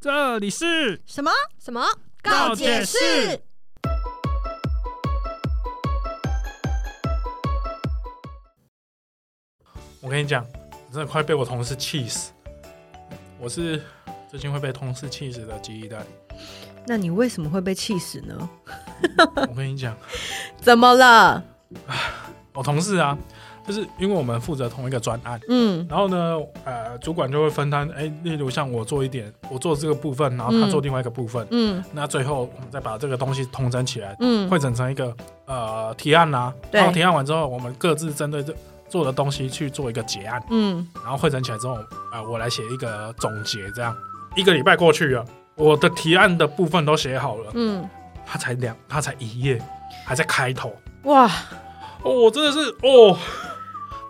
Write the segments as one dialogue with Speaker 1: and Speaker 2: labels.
Speaker 1: 这里是
Speaker 2: 什么？
Speaker 3: 什么？
Speaker 1: 告解室。我跟你讲，我真的快被我同事气死。我是最近会被同事气死的记忆代。
Speaker 2: 那你为什么会被气死呢？
Speaker 1: 我跟你讲，
Speaker 2: 怎么了？
Speaker 1: 我同事啊， 就是因为我们负责同一个专案，
Speaker 2: 嗯
Speaker 1: 然后呢，呃，主管就会分摊，哎、例如像我做一点，我做这个部分，然后他做另外一个部分，
Speaker 2: 嗯
Speaker 1: 那最后我们再把这个东西统整起来，
Speaker 2: 嗯，
Speaker 1: 汇整成一个呃提案啦、
Speaker 2: 对
Speaker 1: 然后提案完之后，我们各自针对这做的东西去做一个结案，
Speaker 2: 嗯
Speaker 1: 然后汇整起来之后，呃，我来写一个总结，这样一个礼拜过去了，我的提案的部分都写好了，
Speaker 2: 嗯，
Speaker 1: 他才两，他才一页，还在开头，
Speaker 2: 哇，
Speaker 1: 哦，我真的是哦。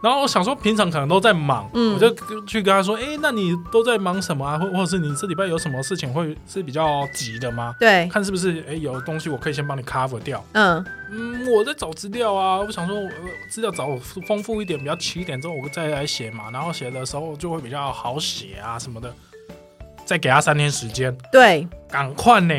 Speaker 1: 然后我想说，平常可能都在忙，
Speaker 2: 嗯
Speaker 1: 我就去跟他说，哎，那你都在忙什么啊？或或者是你这礼拜有什么事情会是比较急的吗？
Speaker 2: 对，
Speaker 1: 看是不是哎有东西我可以先帮你 cover 掉。
Speaker 2: 嗯
Speaker 1: 嗯，我在找资料啊，我想说我资料找丰富一点，比较齐一点之后，我再来写嘛。然后写的时候就会比较好写啊什么的。再给他三天时间，
Speaker 2: 对，
Speaker 1: 赶快呢！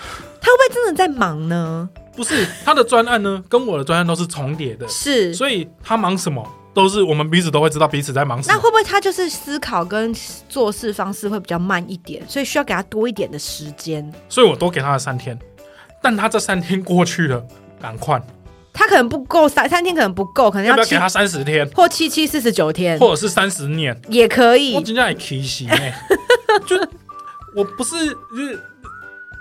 Speaker 2: 他会不会真的在忙呢？
Speaker 1: 不是他的专案呢，跟我的专案都是重叠的，
Speaker 2: 是，
Speaker 1: 所以他忙什么都是我们彼此都会知道彼此在忙什
Speaker 2: 那
Speaker 1: 么。
Speaker 2: 会不会他就是思考跟做事方式会比较慢一点，所以需要给他多一点的时间？
Speaker 1: 所以我多给他了三天，但他这三天过去了，赶快，
Speaker 2: 他可能不够三三天，可能不够，可能
Speaker 1: 要不要
Speaker 2: 七
Speaker 1: 给他三十天，
Speaker 2: 或七七四十九天
Speaker 1: 或者是三十年？
Speaker 2: 也可
Speaker 1: 我
Speaker 2: 以。
Speaker 1: 真的也气死呢， 就我不是就是，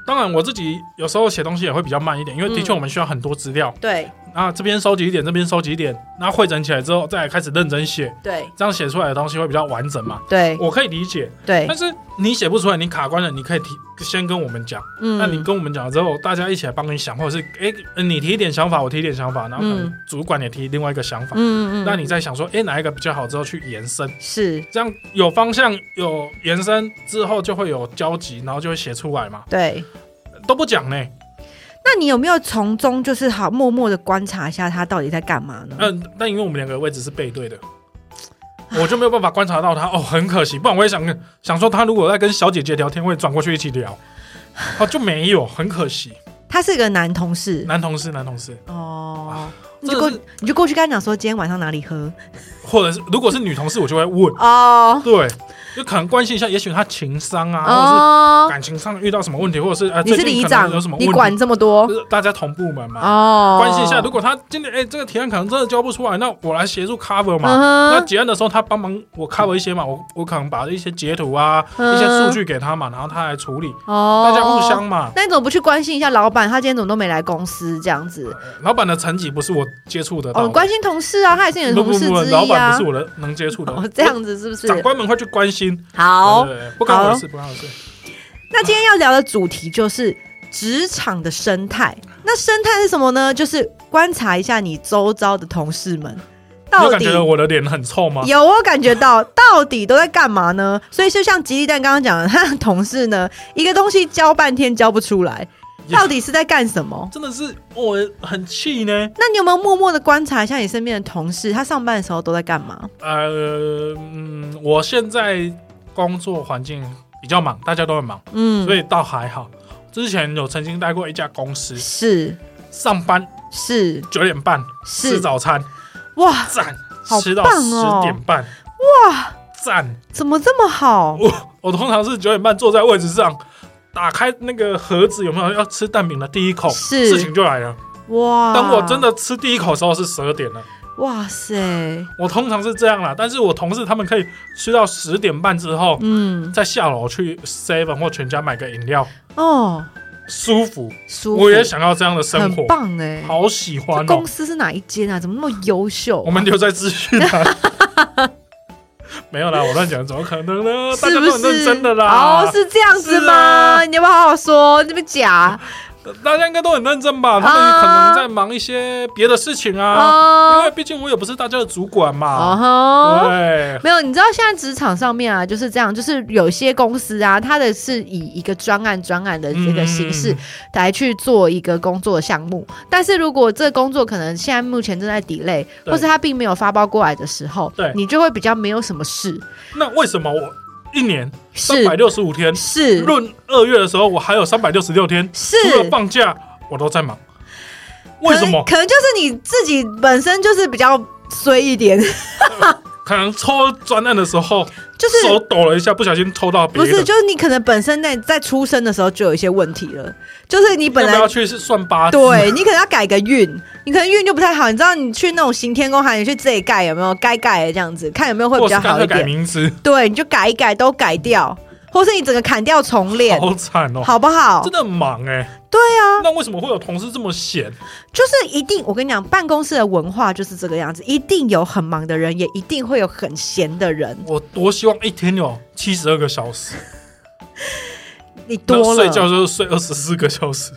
Speaker 1: 当然我自己有时候写东西也会比较慢一点，因为的确
Speaker 2: 嗯
Speaker 1: 我们需要很多资料，
Speaker 2: 对
Speaker 1: 那这边收集一点，这边收集一点，那汇整起来之后再来开始认真写，
Speaker 2: 对
Speaker 1: 这样写出来的东西会比较完整嘛。
Speaker 2: 对
Speaker 1: 我可以理解，
Speaker 2: 对
Speaker 1: 但，是你写不出来，你卡关了，你可以提先跟我们讲。
Speaker 2: 嗯
Speaker 1: 那你跟我们讲了之后，大家一起来帮你想，或者是哎、你提一点想法，我提一点想法，然后可能
Speaker 2: 嗯
Speaker 1: 主管也提另外一个想法，
Speaker 2: 嗯嗯，
Speaker 1: 那你再想说，哎、哪一个比较好之后去延伸。
Speaker 2: 是
Speaker 1: 这样有方向、有延伸之后，就会有交集，然后就会写出来嘛。
Speaker 2: 对。
Speaker 1: 都不讲呢，
Speaker 2: 那你有没有从中就是好默默的观察一下他到底在干嘛呢？
Speaker 1: 嗯、但因为我们两个位置是背对的，我就没有办法观察到他。哦，很可惜，不然我也想想说，他如果在跟小姐姐聊天，会转过去一起聊。哦，就没有，很可惜。
Speaker 2: 他是个男同事
Speaker 1: 男同事，男同事，
Speaker 2: 哦，你
Speaker 1: 这
Speaker 2: 就过
Speaker 1: 是
Speaker 2: 你就过去跟他讲说今天晚上哪里喝
Speaker 1: 或者是如果是女同事，我就会问，
Speaker 2: 哦
Speaker 1: 对，就可能关心一下，也许他情商啊，或者是
Speaker 2: 哦，
Speaker 1: 感情上遇到什么问题，或者是呃，
Speaker 2: 你是
Speaker 1: 最近
Speaker 2: 里
Speaker 1: 可能
Speaker 2: 长
Speaker 1: 有什么，问
Speaker 2: 你
Speaker 1: 题？
Speaker 2: 管这么多
Speaker 1: 就是大家同部门嘛，
Speaker 2: 哦，
Speaker 1: 关心一下。如果他今天哎、这个提案可能真的交不出来，那我来协助 cover 嘛。那
Speaker 2: 嗯哼
Speaker 1: 结案的时候，他帮忙我 cover 一些嘛，我我可能把一些截图啊、
Speaker 2: 嗯
Speaker 1: 一些数据给他嘛，然后他来处理，
Speaker 2: 哦
Speaker 1: 大家互。相嘛。
Speaker 2: 那你怎么不去关心一下老板？他今天怎么都没来公司这样子？
Speaker 1: 老板的层级不是我接触得到
Speaker 2: 哦，
Speaker 1: 的，
Speaker 2: 关心同事啊，他也是你的
Speaker 1: 不
Speaker 2: 同
Speaker 1: 不
Speaker 2: 事
Speaker 1: 不，
Speaker 2: 之
Speaker 1: 老
Speaker 2: 一
Speaker 1: 板
Speaker 2: 啊
Speaker 1: 不是。我的能接触的
Speaker 2: 哦，，这样子是不
Speaker 1: 长
Speaker 2: 是？
Speaker 1: 官们会去关心，
Speaker 2: 好，
Speaker 1: 对对对不关我的事，不关我的事。
Speaker 2: 那今天要聊的主题就是职场的生态。那生态是什么呢？就是观察一下你周遭的同事们，
Speaker 1: 你有
Speaker 2: 到
Speaker 1: 感
Speaker 2: 底
Speaker 1: 觉我的脸很臭吗？
Speaker 2: 有我感觉到到底都在干嘛呢？所以就像吉利蛋刚刚讲的，他的同事呢，一个东西教半天教不出来，
Speaker 1: 也
Speaker 2: 到底是在干什么？
Speaker 1: 真的是我很气呢。
Speaker 2: 那你有没有默默的观察一下你身边的同事，他上班的时候都在干嘛？
Speaker 1: 呃，嗯，我现在工作环境比较忙，大家都很忙。
Speaker 2: 嗯，
Speaker 1: 所以倒还好。之前有曾经待过一家公司，
Speaker 2: 是
Speaker 1: 上班
Speaker 2: 是
Speaker 1: 九点半吃
Speaker 2: 是，
Speaker 1: 早餐，
Speaker 2: 哇，
Speaker 1: 赞，
Speaker 2: 好
Speaker 1: 吃到
Speaker 2: 棒
Speaker 1: 十
Speaker 2: 哦
Speaker 1: 点半，哇，赞！
Speaker 2: 怎么这么好？
Speaker 1: 我我通常是九点半坐在位置上，打开那个盒子，有没有要吃蛋饼的第一口，
Speaker 2: 是啊
Speaker 1: 事情就来了。
Speaker 2: 哇！
Speaker 1: 当我真的吃第一口的时候是十二点了，
Speaker 2: 哇塞，
Speaker 1: 我通常是这样啦，但是我同事他们可以吃到十点半之后，
Speaker 2: 嗯
Speaker 1: 再下楼去 Seven 或全家买个饮料，
Speaker 2: 哦，
Speaker 1: 舒服。
Speaker 2: 舒服，
Speaker 1: 我也想要这样的生活
Speaker 2: 很，棒哎、
Speaker 1: 好喜欢
Speaker 2: 这
Speaker 1: 哦
Speaker 2: 公。司是哪一间啊？怎么那么优秀、
Speaker 1: 我们留在资讯栏。 没有啦，我乱讲，怎么可能呢？大
Speaker 2: 是
Speaker 1: 家
Speaker 2: 不
Speaker 1: 都很认
Speaker 2: 是？
Speaker 1: 真的啦
Speaker 2: 哦，，是这样子
Speaker 1: 是
Speaker 2: 吗？
Speaker 1: 啊
Speaker 2: 你要不要好好说？你这边假
Speaker 1: 大家应该都很认真
Speaker 2: 哦
Speaker 1: 吧？他们可能在忙一些别的事情啊，因为
Speaker 2: 哦，
Speaker 1: 毕竟我也不是大家的主管嘛。
Speaker 2: 哦吼。
Speaker 1: 对，
Speaker 2: 没有，你知道现在职场上面啊，就是这样，就是有些公司啊，它的是以一个专案专案的这个形式
Speaker 1: 嗯
Speaker 2: 来去做一个工作项目。但是如果这工作可能现在目前正在 delay，
Speaker 1: 对
Speaker 2: 或是它并没有发包过来的时候
Speaker 1: 对，
Speaker 2: 你就会比较没有什么事。
Speaker 1: 那为什么我？一年三
Speaker 2: 是
Speaker 1: 百六十五天，
Speaker 2: 是
Speaker 1: 论二月的时候，我还有三百六十六天，
Speaker 2: 是
Speaker 1: 除了放假，我都在忙。为什么
Speaker 2: 可能？可能就是你自己本身就是比较衰一点，
Speaker 1: 可能抽专案的时候，
Speaker 2: 就是
Speaker 1: 手抖了一下，不小心抽到别
Speaker 2: 不
Speaker 1: 的。
Speaker 2: 是就是你可能本身在在出生的时候就有一些问题了， 就是你本
Speaker 1: 要
Speaker 2: 来
Speaker 1: 不要去是算八字？
Speaker 2: 对你可能要改个运，你可能运就不太好。你知道你去那种行天宫，还有去这一盖有没有该盖的这样子，看有没有会
Speaker 1: 或
Speaker 2: 比
Speaker 1: 是
Speaker 2: 较
Speaker 1: 干
Speaker 2: 好一
Speaker 1: 脆改
Speaker 2: 点。
Speaker 1: 名字，
Speaker 2: 对，你就改一改，都改 掉，或是你整个砍掉重练，
Speaker 1: 好惨哦、
Speaker 2: 好不好
Speaker 1: 真？的很忙哎、
Speaker 2: 对啊，
Speaker 1: 那为什么会有同事这么闲？
Speaker 2: 就是一定，我跟你讲，办公室的文化就是这个样子，一定有很忙的人，也一定会有很闲的人。
Speaker 1: 我多希望一天有七十二个小时，
Speaker 2: 你多
Speaker 1: 那睡觉
Speaker 2: 了，
Speaker 1: 就是睡二十四个小 时，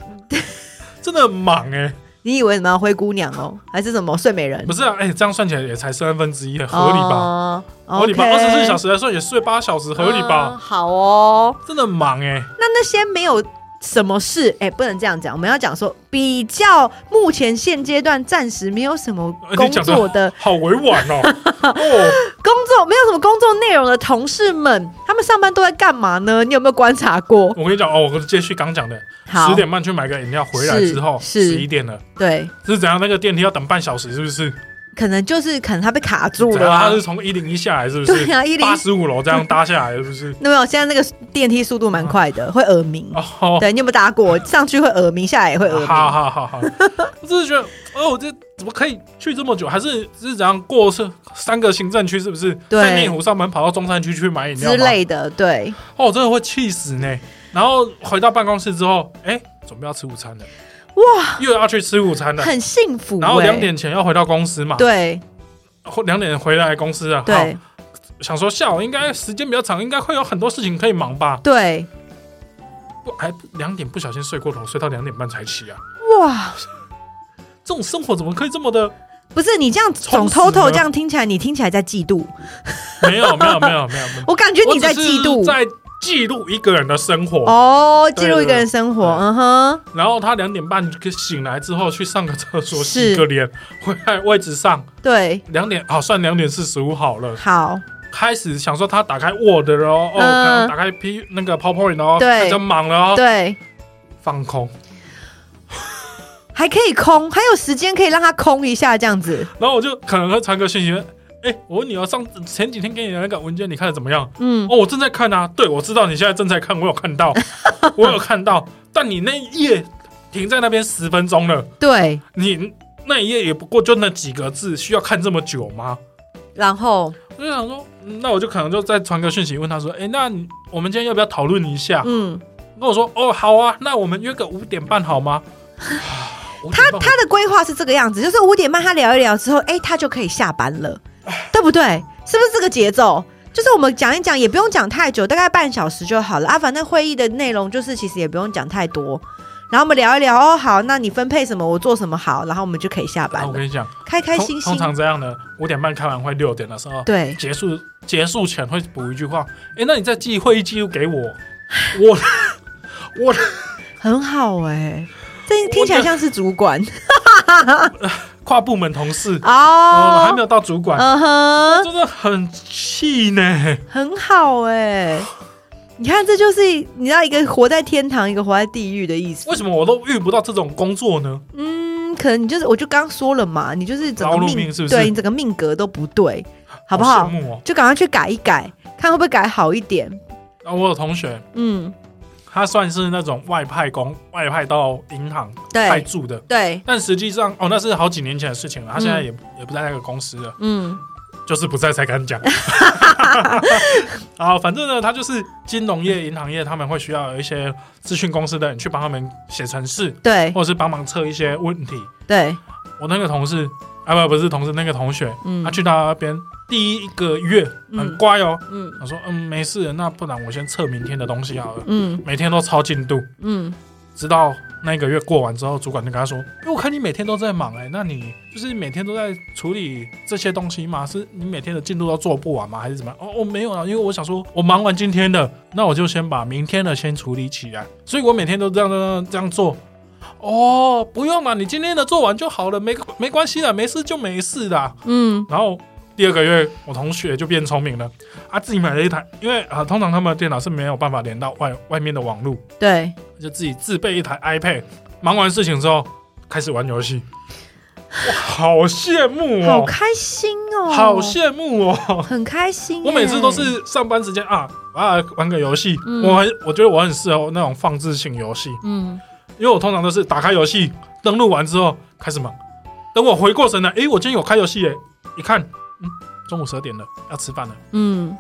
Speaker 1: 真的很忙哎、
Speaker 2: 你以为什么灰姑娘哦，还是什么睡美人？
Speaker 1: 不是啊，哎、这样算起来也才三分之一，很合理吧？
Speaker 2: 哦
Speaker 1: 合理吧？二十四小
Speaker 2: 时
Speaker 1: 时来算也睡八小时，合理吧？
Speaker 2: 好哦。
Speaker 1: 真的很忙哎、
Speaker 2: 那那些没有什么事，哎、不能这样讲，我们要讲说比较目前现阶段暂时没有什么
Speaker 1: 呃
Speaker 2: 工
Speaker 1: 你讲
Speaker 2: 作的
Speaker 1: 的好委婉 哦、哦，
Speaker 2: 工作，没有什么工作内容的同事们，他们上班都在干嘛呢？你有没有观察过？
Speaker 1: 我跟你讲哦，我接续刚讲的，
Speaker 2: 好
Speaker 1: 十点半去买个饮料，回来
Speaker 2: 是
Speaker 1: 之后
Speaker 2: 是
Speaker 1: 十一点了，
Speaker 2: 对，
Speaker 1: 是怎样？那个电梯要等半小时，是不是？
Speaker 2: 可能就是可能他被卡住
Speaker 1: 怎
Speaker 2: 了、
Speaker 1: 样？
Speaker 2: 啊
Speaker 1: 他。是从一零一下来，是不
Speaker 2: 对
Speaker 1: 是？
Speaker 2: 啊，一零
Speaker 1: 八十五楼这样搭下来，是不是？
Speaker 2: 那没有，现在那个电梯速度
Speaker 1: 啊
Speaker 2: 蛮快的，会耳鸣。
Speaker 1: 哦，
Speaker 2: 对，你有没有搭过？上去会耳鸣，下来也会耳
Speaker 1: 好
Speaker 2: 鸣。
Speaker 1: 好好 好，我只是觉得，哦，这怎么可以去这么久？还是是怎样过是三个行政区？是不是？
Speaker 2: 对
Speaker 1: 在内湖上班跑到中山区去买饮料吗
Speaker 2: 之？类的，对，
Speaker 1: 哦，我真的会气死呢。然后回到办公室之后，哎，准备要吃午餐了，
Speaker 2: 哇，
Speaker 1: 又要去吃午餐了。
Speaker 2: 很幸福、欸。
Speaker 1: 然后两，点前要回到公司嘛，
Speaker 2: 对
Speaker 1: 后两点回来公司啊，好
Speaker 2: 对
Speaker 1: 想说下午应该时间比较长，应该会有很多事情可以忙吧？
Speaker 2: 对，
Speaker 1: 不，还两点不小心睡过头，睡到两点半才起啊！
Speaker 2: 哇，
Speaker 1: 这种生活怎么可以这么的？
Speaker 2: 不是你这样
Speaker 1: 充
Speaker 2: 总
Speaker 1: 实了
Speaker 2: 偷偷这样听起来，你听起来在嫉妒。
Speaker 1: 没有，没有，没有，没有，没有。
Speaker 2: 我感觉
Speaker 1: 我
Speaker 2: 你在
Speaker 1: 只是
Speaker 2: 嫉妒
Speaker 1: 在记录一个人的生活。
Speaker 2: 哦，
Speaker 1: 对
Speaker 2: 记录一个人生活，
Speaker 1: 对
Speaker 2: 嗯哼，
Speaker 1: 然后他两点半醒来之后去上个厕所
Speaker 2: 是
Speaker 1: 洗个脸，回来位置上
Speaker 2: 嗯对，
Speaker 1: 两点，好算两点四十五好了。
Speaker 2: 好，
Speaker 1: 开始想说他打开 Word 了哦，哦，
Speaker 2: 嗯
Speaker 1: 可能打开 P 那个 PowerPoint 了哦，
Speaker 2: 对
Speaker 1: 开始忙了哦，
Speaker 2: 对，
Speaker 1: 放空。
Speaker 2: 还可以空，还有时间可以让他空一下，这样子，
Speaker 1: 然后我就可能会传个讯息，哎、我问你哦，上前几天给你的那个文件你看的怎么样？
Speaker 2: 嗯，
Speaker 1: 哦，我正在看啊，对，我知道你现在正在看，我有看 到，我有看到，但你那一页停在那边十分钟了，
Speaker 2: 对，
Speaker 1: 你那一页也不过就那几个字，需要看这么久吗？
Speaker 2: 然后，
Speaker 1: 我就想说，嗯那我就可能就再传个讯息问他说，哎、那你我们今天要不要讨论一下？
Speaker 2: 嗯，
Speaker 1: 跟我说，哦，好啊，那我们约个五点半好吗？
Speaker 2: 他
Speaker 1: 他
Speaker 2: 他的规划是这个样子，就是五点半他聊一聊之后，哎、他就可以下班了，对不对？是不是这个节奏？就是我们讲一讲，也不用讲太久，大概半小时就好了啊。反正会议的内容就是其实也不用讲太多，然后我们聊一聊哦，好，那你分配什么，我做什么好，然后我们就可以下班
Speaker 1: 我
Speaker 2: 了，
Speaker 1: 跟你讲，
Speaker 2: 开开心
Speaker 1: 通
Speaker 2: 心
Speaker 1: 通。常这样的，五点半开完会，六点的时候，
Speaker 2: 对，
Speaker 1: 结束结束前会补一句话，哎、那你再寄会议记录给我，我 我
Speaker 2: 很好哎、这听起来像是主 管
Speaker 1: 跨部门同事，哦，还没
Speaker 2: 哦，
Speaker 1: 有到主管，
Speaker 2: 嗯哼，
Speaker 1: 真的很气呢。
Speaker 2: 很好哎、你看，这就是你知道一个活在天堂，一个活在地狱的意思
Speaker 1: 为。什么我都遇不到这种工作呢？
Speaker 2: 嗯，可能你就是，我就刚说了嘛，你就是整个
Speaker 1: 劳碌
Speaker 2: 命，
Speaker 1: 命是不是
Speaker 2: 对你整个命格都不对，好不
Speaker 1: 羡
Speaker 2: 好？
Speaker 1: 慕哦！
Speaker 2: 就赶快去改一改，看会不会改好一点。
Speaker 1: 啊，我有同学，
Speaker 2: 嗯，
Speaker 1: 他算是那种外派工，外派到银行派
Speaker 2: 对
Speaker 1: 驻的，
Speaker 2: 对，
Speaker 1: 但实际上，哦，那是好几年前的事情了。他现在
Speaker 2: 嗯
Speaker 1: 也也不在那个公司了，
Speaker 2: 嗯，
Speaker 1: 就是不在才敢讲。 啊，反正呢，他就是金融业、银行业，他们会需要有一些咨询公司的人去帮他们写程式，
Speaker 2: 对
Speaker 1: 或者是帮忙测一些问题。
Speaker 2: 对，
Speaker 1: 我那个同事啊，不不是同事，那个同学，
Speaker 2: 嗯
Speaker 1: 他去到那边第一个月很
Speaker 2: 嗯
Speaker 1: 乖哦，
Speaker 2: 嗯
Speaker 1: 他说嗯没事，那不然我先测明天的东西好了，
Speaker 2: 嗯
Speaker 1: 每天都超进度，
Speaker 2: 嗯，
Speaker 1: 直到那个月过完之后，主管就跟他说，因为我看你每天都在忙哎、那你就是每天都在处理这些东西吗？是你每天的进度都做不完吗？还是怎么样？哦，我、没有啊，因为我想说我忙完今天的，那我就先把明天的先处理起来，所以我每天都这样这样这样做。哦，不用啦，你今天的做完就好了，没没关系啦，没事就没事啦。
Speaker 2: 嗯
Speaker 1: 然后第二个月，我同学就变聪明了，啊，自己买了一台，因为啊，通常他们的电脑是没有办法连到外外面的网络，
Speaker 2: 对，
Speaker 1: 就自己自备一台 iPad。忙完事情之后，开始玩游戏，哇，好羡慕
Speaker 2: 好
Speaker 1: 哦，
Speaker 2: 开心哦，嗯
Speaker 1: 好羡慕哦。
Speaker 2: 很开心耶。
Speaker 1: 我每次都是上班时间啊，啊玩个游戏，
Speaker 2: 嗯
Speaker 1: 我很我觉得我很适合那种放置性游戏，
Speaker 2: 嗯，
Speaker 1: 因为我通常都是打开游戏，登录完之后开始忙，等我回过神来，诶，我今天有开游戏耶，一看，嗯，中午十二点了，要吃饭了，
Speaker 2: 嗯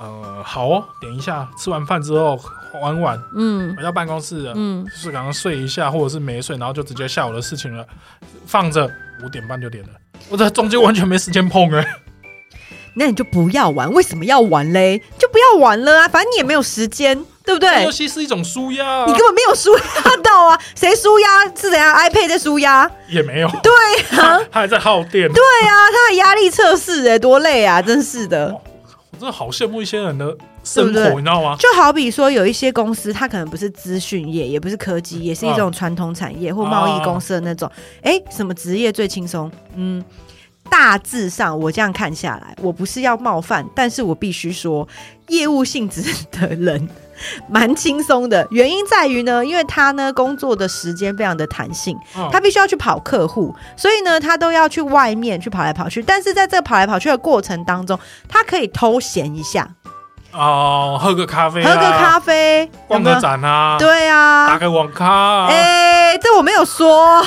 Speaker 1: 呃，好哦，点一下，吃完饭之后玩玩，
Speaker 2: 嗯
Speaker 1: 回到办公室了，
Speaker 2: 嗯
Speaker 1: 就是刚刚睡一下，或者是没睡，然后就直接下午的事情了，放着五点半就点了，我在中间完全没时间碰哎，
Speaker 2: 那你就不要玩，为什么要玩嘞？就不要玩了啊，反正你也没有时间，对不对
Speaker 1: 游？戏是一种舒压、啊
Speaker 2: 你，根本没有输压到啊，谁输压是怎样？iPad 在输压，
Speaker 1: 也没有，
Speaker 2: 对啊，
Speaker 1: 它还在耗电，
Speaker 2: 对啊，他的压力测试哎，多累啊，真是的。
Speaker 1: 我真的好羡慕一些人的生活，
Speaker 2: 对不对
Speaker 1: 你知道吗？
Speaker 2: 就好比说，有一些公司，它可能不是资讯业，也不是科技业，是一种传统产业或贸易公司的那种。哎、什么职业最轻松？嗯，大致上我这样看下来，我不是要冒犯，但是我必须说，业务性质的人蛮轻松的。原因在于呢，因为他呢工作的时间非常的弹性，
Speaker 1: 嗯
Speaker 2: 他必须要去跑客户，所以呢，他都要去外面去跑来跑去。但是在这个跑来跑去的过程当中，他可以偷闲一下，
Speaker 1: 哦，喝个咖啡、啊，
Speaker 2: 喝个咖啡，有
Speaker 1: 逛
Speaker 2: 没有
Speaker 1: 个展啊，
Speaker 2: 对
Speaker 1: 打哦
Speaker 2: 啊，
Speaker 1: 个网咖、啊。
Speaker 2: 哎、这我没有说，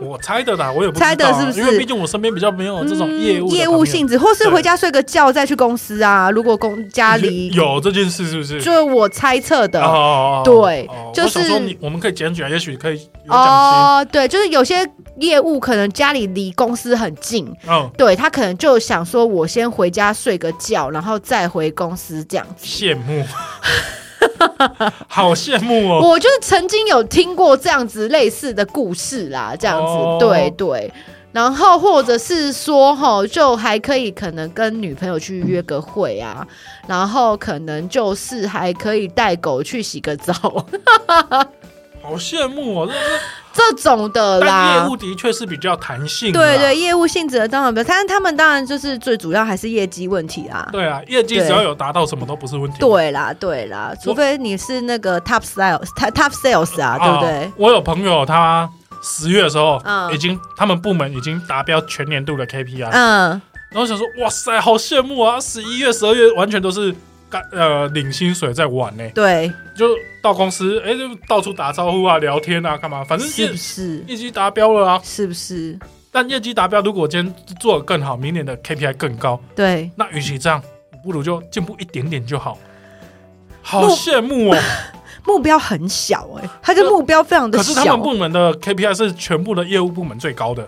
Speaker 1: 我猜的啦，我也不知道
Speaker 2: 猜的是不是
Speaker 1: 因为毕竟我身边比较没有这种业务的
Speaker 2: 嗯业
Speaker 1: 方
Speaker 2: 务
Speaker 1: 面
Speaker 2: 性质，或是
Speaker 1: 对
Speaker 2: 回家睡个觉再去公司啊。如果公家里，
Speaker 1: 有这件事是不是？
Speaker 2: 就是我猜测的。
Speaker 1: 哦
Speaker 2: 对
Speaker 1: 哦
Speaker 2: 就
Speaker 1: 我想说
Speaker 2: 是
Speaker 1: 你我们可以检举啊，也许可以有奖
Speaker 2: 哦，对，就是有些业务可能家里离公司很近，
Speaker 1: 金。嗯，
Speaker 2: 对他可能就想说，我先回家睡个觉，然后再回公司这样子。
Speaker 1: 羡慕，好羡慕哦。
Speaker 2: 我就是曾经有听过这样子类似的故事啦，这样子，
Speaker 1: 哦
Speaker 2: 对对。然后或者是说，吼，就还可以可能跟女朋友去约个会啊，然后可能就是还可以带狗去洗个澡
Speaker 1: 好羡慕哦，
Speaker 2: 这种的
Speaker 1: 但
Speaker 2: 啦
Speaker 1: 业务。啊的确是比较弹性啊的啦，
Speaker 2: 对对，业务性质的当然不，但是他们当然就是最主要还是业绩问题啊。
Speaker 1: 对啊，业绩
Speaker 2: 对
Speaker 1: 只要有达到，什么都不是问题。
Speaker 2: 对啦，对啦，除非你是那个 top sales、top sales 啊，对不对
Speaker 1: 啊？我有朋友他十月的时候，
Speaker 2: 嗯
Speaker 1: 已经他们部门已经达标全年度的 KPI，、
Speaker 2: 嗯，
Speaker 1: 然后想说哇塞，好羡慕啊！十一月、十二月完全都是干呃领薪水在玩呢、
Speaker 2: 对，
Speaker 1: 就到公司哎、就到处打招呼啊、聊天啊、干嘛，反正
Speaker 2: 是
Speaker 1: 业
Speaker 2: 不是？
Speaker 1: 业绩达标了啊。
Speaker 2: 是不是？
Speaker 1: 但业绩达标，如果今天做得更好，明年的 KPI 更高，
Speaker 2: 对。
Speaker 1: 那与其这样，不如就进步一点点就好。好
Speaker 2: 不
Speaker 1: 羡慕哦！
Speaker 2: 目标很小哎、他的目标非常 的
Speaker 1: 可是他
Speaker 2: 小
Speaker 1: 们，部门的 KPI 是全部的业务部门最高的，